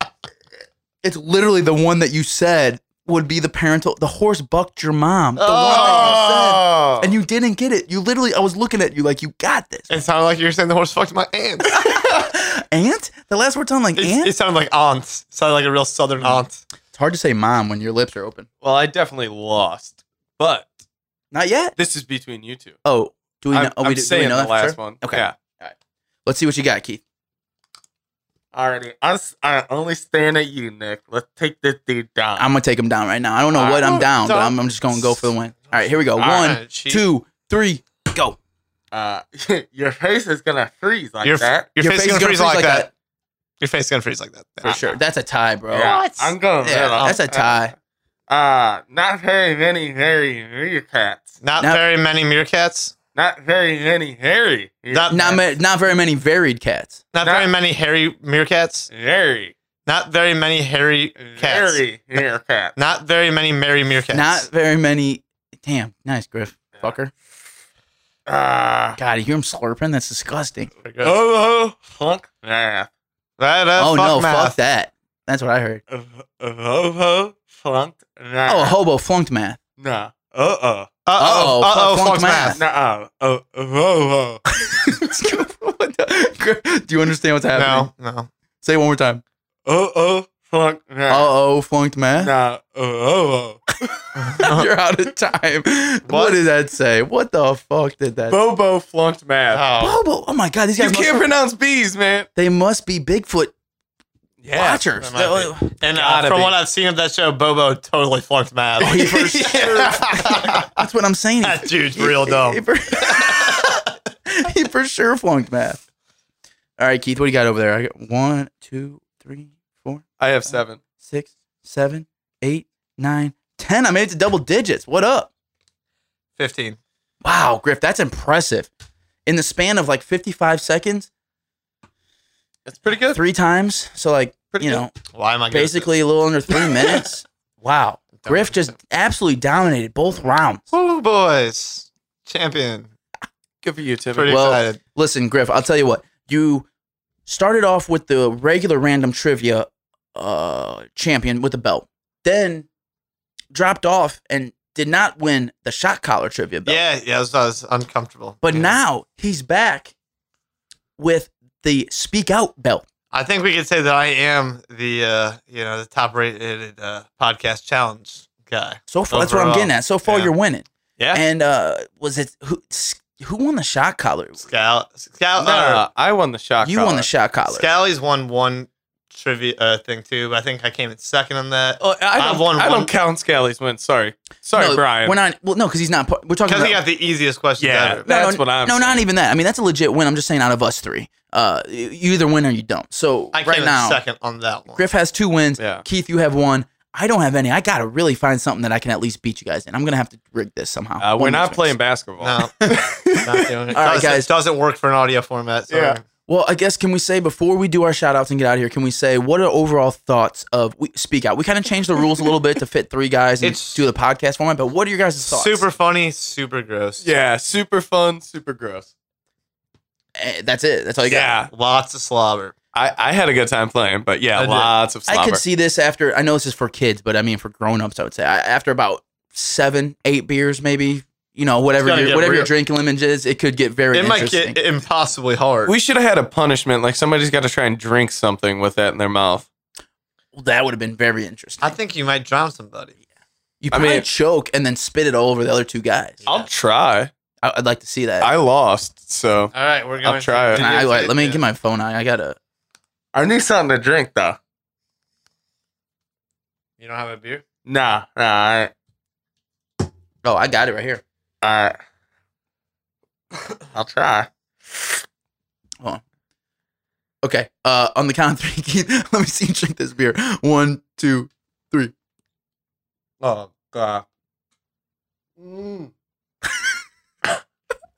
S4: It's literally the one that you said would be the parental. The horse bucked your mom. The one that you said.
S3: Oh.
S4: and you didn't get it. You literally, I was looking at you like you got this,
S5: It sounded like you were saying the horse fucked my aunt.
S4: aunt. The last word sounded like
S5: It,
S4: aunt.
S5: it
S4: It's,
S5: sounded like aunt. It sounded like a real southern aunt.
S4: hard to say mom when your lips are open.
S3: Well, I definitely lost, but
S4: Not yet.
S3: this is between you two.
S4: Oh, do we know?
S3: I'm,
S4: oh, we
S3: I'm
S4: do, do we
S3: saying the
S4: know that for
S3: last
S4: sure?
S3: one.
S4: Okay.
S3: Yeah.
S4: Let's see what you got, Keith.
S2: Alrighty, I, s- I only stand at you, Nick. Let's take this dude down.
S4: I'm gonna take him down right now. I don't know
S5: All
S4: what
S5: right.
S4: I'm down, but
S5: Don't-
S4: I'm, I'm just gonna go for the win. All right, here we go.
S5: All
S4: One,
S5: right, she-
S4: two, three, go.
S2: uh, your face is gonna freeze like
S5: Your,
S2: that.
S5: your, face is gonna freeze like that. Your face is gonna freeze like that.
S4: for sure. That's a tie, bro.
S2: Yeah, I'm going.
S4: Oh. Yeah, that's a tie.
S2: Uh, not very many hairy meerkats.
S5: Not
S4: Now-
S5: very many meerkats.
S2: Not very many hairy.
S5: Not-
S4: Not ma- not very many varied cats.
S5: Not,
S2: Not-
S5: very many hairy meerkats.
S2: very,
S5: Not very many hairy cats.
S2: very meerkats.
S5: Not very many merry meerkats.
S4: Not very many. Damn, nice Griff, fucker.
S2: Uh,
S4: God, you hear him slurping? That's disgusting.
S5: oh,
S2: oh, funk math.
S4: oh no, fuck that. That's what I heard.
S2: Uh, uh, ho, funk math.
S4: Oh, a hobo flunked math.
S2: Nah. Uh uh.
S5: Uh
S4: Uh-oh,
S5: oh, uh oh,
S4: fuck
S5: fuck
S4: math.
S5: math.
S2: Nah. Uh uh.
S4: What the- Griff, Do you understand what's happening?
S5: No, no.
S4: Say it one more time.
S2: Uh uh. Funk math.
S4: Oh, oh, flunked math.
S2: Nah. Uh uh.
S4: You're out of time. Uh-huh. What?
S5: What?
S4: did that say? What the fuck did that?
S3: Bobo flunked math.
S5: Oh.
S4: Bobo. Oh my god, these
S3: You
S4: guys. Must,
S3: can't pronounce bees, man.
S4: they must be Bigfoot watchers.
S5: that might
S4: They-
S5: And uh,
S3: Gotta
S5: from
S3: be.
S5: what I've seen of that show, Bobo totally flunked math.
S4: Oh, he for sure- That's what I'm saying.
S5: that dude's real dumb.
S4: He, for, he for sure flunked math. All right, Keith, what do you got over there? I got one, two, three, four,
S3: I have seven.
S4: six, seven, eight, nine, ten. I made it to double digits. What up?
S5: 15.
S4: Wow, Griff, that's impressive. In the span of like 55 seconds,
S3: That's pretty good.
S4: three times. So, like,
S3: Pretty
S4: you
S3: good.
S4: know,
S5: Why am I good at
S4: basically a little under three minutes. Wow. Griff just absolutely dominated both rounds.
S5: this? Woo, boys. Champion.
S3: Good for you, Timmy.
S5: Pretty
S4: Well-
S5: excited.
S4: Listen, Griff, I'll tell you what. You started off with the regular random trivia uh, champion with the belt, then dropped off and did not win the shot collar trivia belt.
S5: Yeah, yeah, I was, I was uncomfortable.
S4: But
S5: Yeah.
S4: now he's back with the speak out belt.
S5: I think we could say that I am the uh, you know the top rated uh, podcast challenge guy.
S4: So far, that's what I'm
S5: Overall.
S4: getting at. So far,
S5: Yeah.
S4: you're winning.
S5: Yeah.
S4: And uh, was it who s- who won the shot collar?
S5: Scout,
S3: No,
S5: Scout,
S3: no, no, Uh, I won the shot.
S4: you won the shot
S5: uh,
S4: collar.
S5: Scally's won one trivia uh, thing too. But I think I came in second on that
S3: Oh, I
S5: I've
S3: don't,
S5: won
S3: I
S5: one-
S3: don't count Scally's win. Sorry. Sorry,
S4: no,
S3: Brian.
S4: We're not. Well, no, because he's not. part- We're talking
S5: because
S4: about.
S5: he got the easiest question
S3: Yeah.
S5: ever.
S4: no, no,
S3: That's what I'm
S4: No, not
S3: saying.
S4: even that. I mean, that's a legit win. I'm just saying, out of us three, uh, you either win or you don't. So
S5: I came
S4: right
S5: in
S4: now,
S5: second on that one.
S4: Griff has two wins.
S3: Yeah.
S4: Keith, you have one. I don't have any. I gotta really find something that I can at least beat you guys in. I'm gonna have to rig this somehow.
S3: Uh, we're
S4: One of
S3: not
S4: these
S3: playing
S4: nights.
S3: basketball.
S5: No, not doing it.
S4: All right,
S5: doesn't,
S4: guys.
S5: doesn't work for an audio format. So
S2: Yeah.
S4: Well, I guess can we say before we do our shout outs and get out of here, can we say what are overall thoughts of we, speak out? We kind of changed the rules a little bit to fit three guys and
S5: It's-
S4: do the podcast format, but what are your guys' thoughts?
S5: super funny, super gross.
S3: Yeah, super fun, super gross.
S4: Eh, that's it. That's all you got.
S3: Yeah,
S5: lots of slobber.
S3: I, I had a good time playing, but yeah,
S5: I did.
S3: lots of slobber.
S4: I could see this after. I know this is for kids, but I mean for grown ups, I would say I, after about seven, eight beers, maybe you know whatever
S5: gotta
S4: your,
S5: get
S4: whatever your
S5: real.
S4: drinking limit is, it could get very
S5: it might
S4: interesting.
S5: get impossibly hard.
S3: we should have had a punishment. Like somebody's got to try and drink something with that in their mouth.
S4: that would have been very interesting.
S5: I think you might drown somebody.
S4: you
S3: I
S4: probably
S3: mean-
S4: choke and then spit it all over the other two guys.
S3: I'll try.
S4: I, I'd like to see that.
S3: I lost, so
S5: All right, we're going. to
S3: try it.
S4: Can I- all right, let me get my phone. I, I gotta.
S2: I need something to drink though.
S5: You don't have a beer?
S2: Nah, nah, I ain't.
S4: Oh, I got it right here.
S2: All right. I'll try.
S4: Okay. Uh, on the count of three, Keith, let me see you drink this beer. One, two, three.
S2: Oh god. Mm.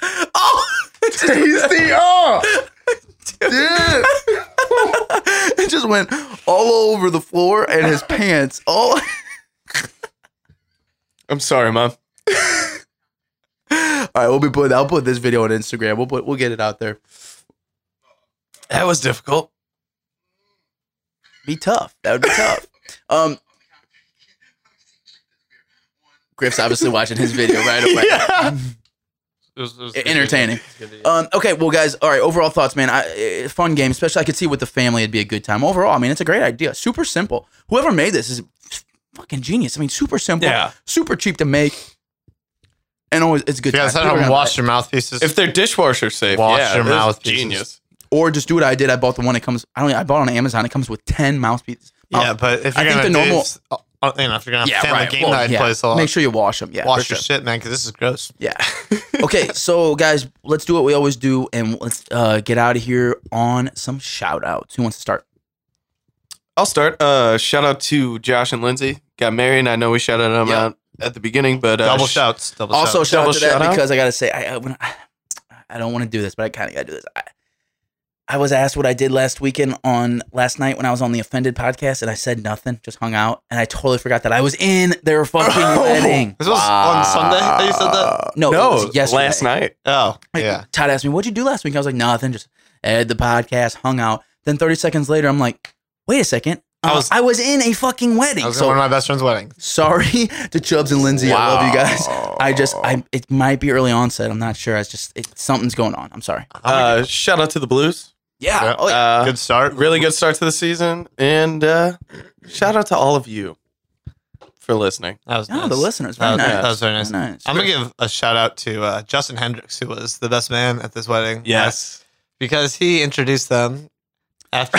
S4: Oh, it just,
S2: Tasty oh dude.
S4: it just went all over the floor and his pants. All.
S3: I'm sorry, mom.
S4: All right, we'll be putting. I'll put this video on Instagram. We'll put. We'll get it out there.
S3: That was difficult.
S4: Be tough. That would be tough. Um, Griff's obviously watching his video right away.
S5: It was, it was
S4: E-
S5: good to-
S4: entertaining.
S5: it was good to-
S4: Um, okay, well, guys, all right. Overall thoughts, man. I, uh, fun game, especially. I could see with the family, it'd be a good time. Overall, I mean, it's a great idea. Super simple. Whoever made this is fucking genius. I mean, super simple.
S3: Yeah.
S4: Super cheap to make, and always it's a good.
S5: If you guys
S4: time.
S5: at
S4: People are
S5: home,
S4: gonna
S5: wash your Uh, mouthpieces.
S3: If they're dishwasher safe,
S5: Wash
S3: yeah,
S5: your
S3: that's
S5: mouthpieces.
S3: Genius.
S4: like- or just do what I did. I bought the one that comes. I don't. I bought it on Amazon. It comes with ten mouse pieces.
S5: yeah, but if
S4: I
S5: you're
S4: think
S5: gonna
S4: the
S5: do,
S4: normal-
S5: s- uh, uh, you know, if you're gonna have
S4: Yeah,
S5: family
S4: right.
S5: game
S4: Well,
S5: night,
S4: yeah.
S5: play this a lot.
S4: Make sure you wash them. Yeah, for
S5: wash
S4: sure.
S5: your shit, man, because this is gross.
S4: Yeah. Okay, so guys, let's do what we always do, and let's uh, get out of here on some shout outs. Who wants to start?
S3: I'll start. Uh, shout out to Josh and Lindsay. Got married. and I know we shouted them
S4: Yeah.
S3: out at the beginning, but uh,
S5: Double
S3: sh-
S5: shouts. Double
S4: also
S5: shouts.
S4: shout out
S3: Double
S4: to that
S3: shout out?
S4: because I gotta say I I, when I, I don't want to do this, but I kind of gotta do this. I, I was asked what I did last weekend on last night when I was on the Offended podcast, and I said nothing, just hung out, and I totally forgot that I was in their fucking wedding.
S5: This was on Sunday that you said that.
S4: No,
S3: Oh, no,
S4: Oh, it was yesterday.
S3: last night.
S5: Oh,
S4: Like,
S5: yeah.
S4: Todd asked me, "What'd you do last week?" I was like, "Nothing, just had the podcast, hung out." Then thirty seconds later, I'm like, "Wait a second, uh, I,
S5: I
S4: was,
S5: was-
S4: in a fucking
S5: I
S4: wedding."
S5: was at
S4: So
S5: one of my best friend's weddings.
S4: sorry to Chubbs and Lindsay. I love you guys.
S3: Wow.
S4: I just, I it might be early onset. I'm not sure. I just it, something's going on. I'm sorry.
S3: Uh, shout out to the Blues.
S4: Yeah.
S5: Yeah.
S4: Oh, yeah.
S3: Uh,
S5: Good start.
S3: really good start to the season, and uh, shout out to all of you for listening.
S5: That was
S4: Oh,
S5: nice.
S4: the listeners. Very
S5: That was,
S4: nice.
S5: that was very nice.
S4: Very nice.
S5: I'm gonna give a shout out to uh, Justin Hendricks, who was the best man at this wedding. because he introduced them after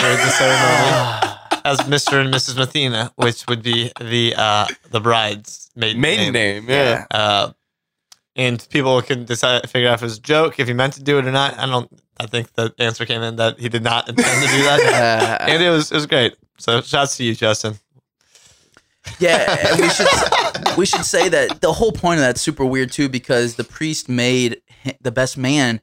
S5: the ceremony as Mr. and Mrs. Mathena, which would be the uh, the bride's maiden,
S3: maiden name. Yeah,
S5: Uh, and people can decide figure out if it was a joke, if he meant to do it or not. I don't. I think the answer came in that he did not intend to do that,
S4: Uh,
S5: and it was it was great. So, shouts to you, Justin.
S4: Uh, Yeah, and we should we should say that the whole point of that's super weird too because the priest made hi- the best man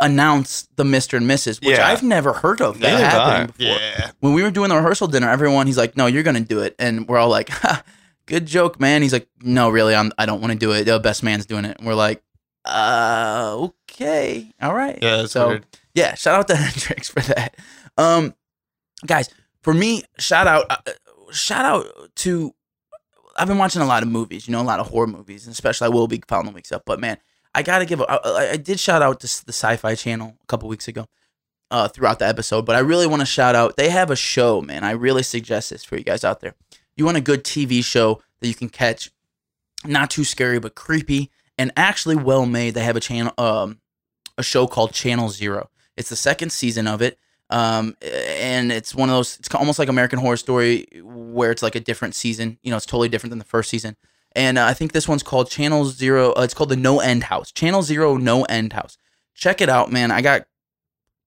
S4: announce the Mister and Mrs. Which
S3: Yeah.
S4: I've never heard of that
S3: Neither have
S4: happening before.
S5: Yeah,
S4: When we were doing the rehearsal dinner, everyone he's like, "No, you're gonna do it," and we're all like, ha, "Good joke, man." He's like, "No, really, I'm I don't want to do it. The best man's doing it." And we're like, "Uh, okay, all right."
S5: yeah. It's
S4: So-
S5: weird.
S4: yeah shout out to hendrix for that um guys for me shout out uh, shout out to i've been watching a lot of movies you know a lot of horror movies and especially i will be following the weeks up but man i gotta give a, I, I- I did shout out to s- the sci-fi channel a couple weeks ago uh, throughout the episode but i really want to shout out they have a show man i really suggest this for you guys out there you want a good tv show that you can catch not too scary but creepy and actually well made they have a channel um, a show called channel zero it's the second season of it. Um, and it's one of those, it's almost like American Horror Story where it's like a different season. You know, it's totally different than the first season. And uh, I think this one's called Channel Zero. Uh, it's called The No End House. Channel Zero, No End House. Check it out, man. I got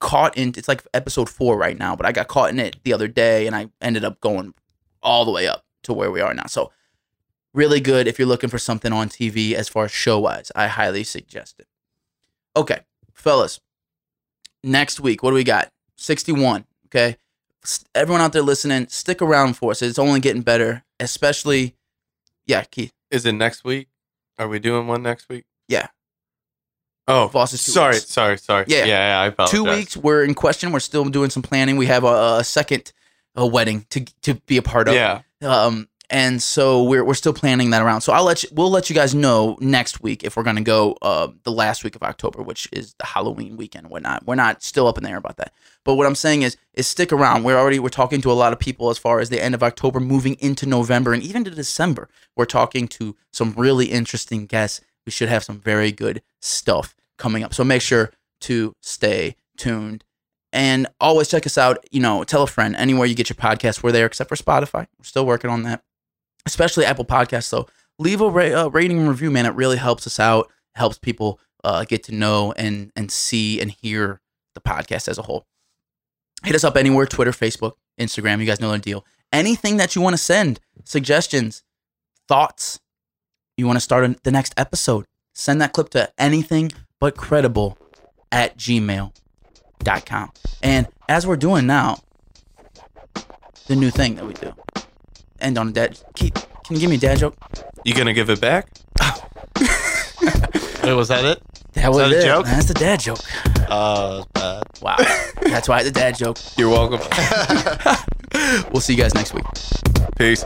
S4: caught in, it's like episode four right now, but I got caught in it the other day and I ended up going all the way up. to where we are now. So really good if you're looking for something on TV as far as show wise. I highly suggest it. Okay, fellas. Next week, what do we got? 61. Okay. S- Everyone out there listening, stick around for us. It's only getting better, especially, yeah, Keith.
S3: Is it next week? Are we doing one next week?
S4: Yeah.
S3: Oh,
S4: Voss is two
S3: sorry,
S4: weeks.
S3: sorry, sorry.
S4: Yeah.
S3: Yeah, yeah, I
S2: Oh,
S3: apologize.
S4: Two weeks, we're in question. We're still doing some planning. We have a, a second a wedding to to be a part of.
S3: Yeah,
S4: Um, and so we're we're still planning that around. So I'll let you, we'll let you guys know next week if we're gonna go uh, the last week of October, which is the Halloween weekend and whatnot. We're not still up in the air about that. But what I'm saying is is stick around. We're already we're talking to a lot of people as far as the end of October, moving into November and even to December. We're talking to some really interesting guests. We should have some very good stuff coming up. So make sure to stay tuned and always check us out. You know, tell a friend anywhere you get your podcast. We're there, except for Spotify. We're still working on that, especially Apple Podcasts. though. leave a ra- uh, rating and review, man. It really helps us out. Helps people uh, get to know and and see and hear the podcast as a whole. Hit us up anywhere: Twitter, Facebook, Instagram. You guys know the deal. Anything that you want to send, suggestions, thoughts. You want to start on the next episode? Send that clip to anything but credible at gmail com. And as we're doing now, the new thing that we do. End on a dad. Keith, can you give me a dad joke?
S3: you gonna give it back?
S2: Wait, was that it?
S4: That
S2: was that a
S4: it.
S2: joke?
S4: That's the dad joke.
S2: Uh, bad.
S4: Wow. That's why it's a dad joke.
S3: You're welcome.
S4: We'll see you guys next week.
S3: Peace.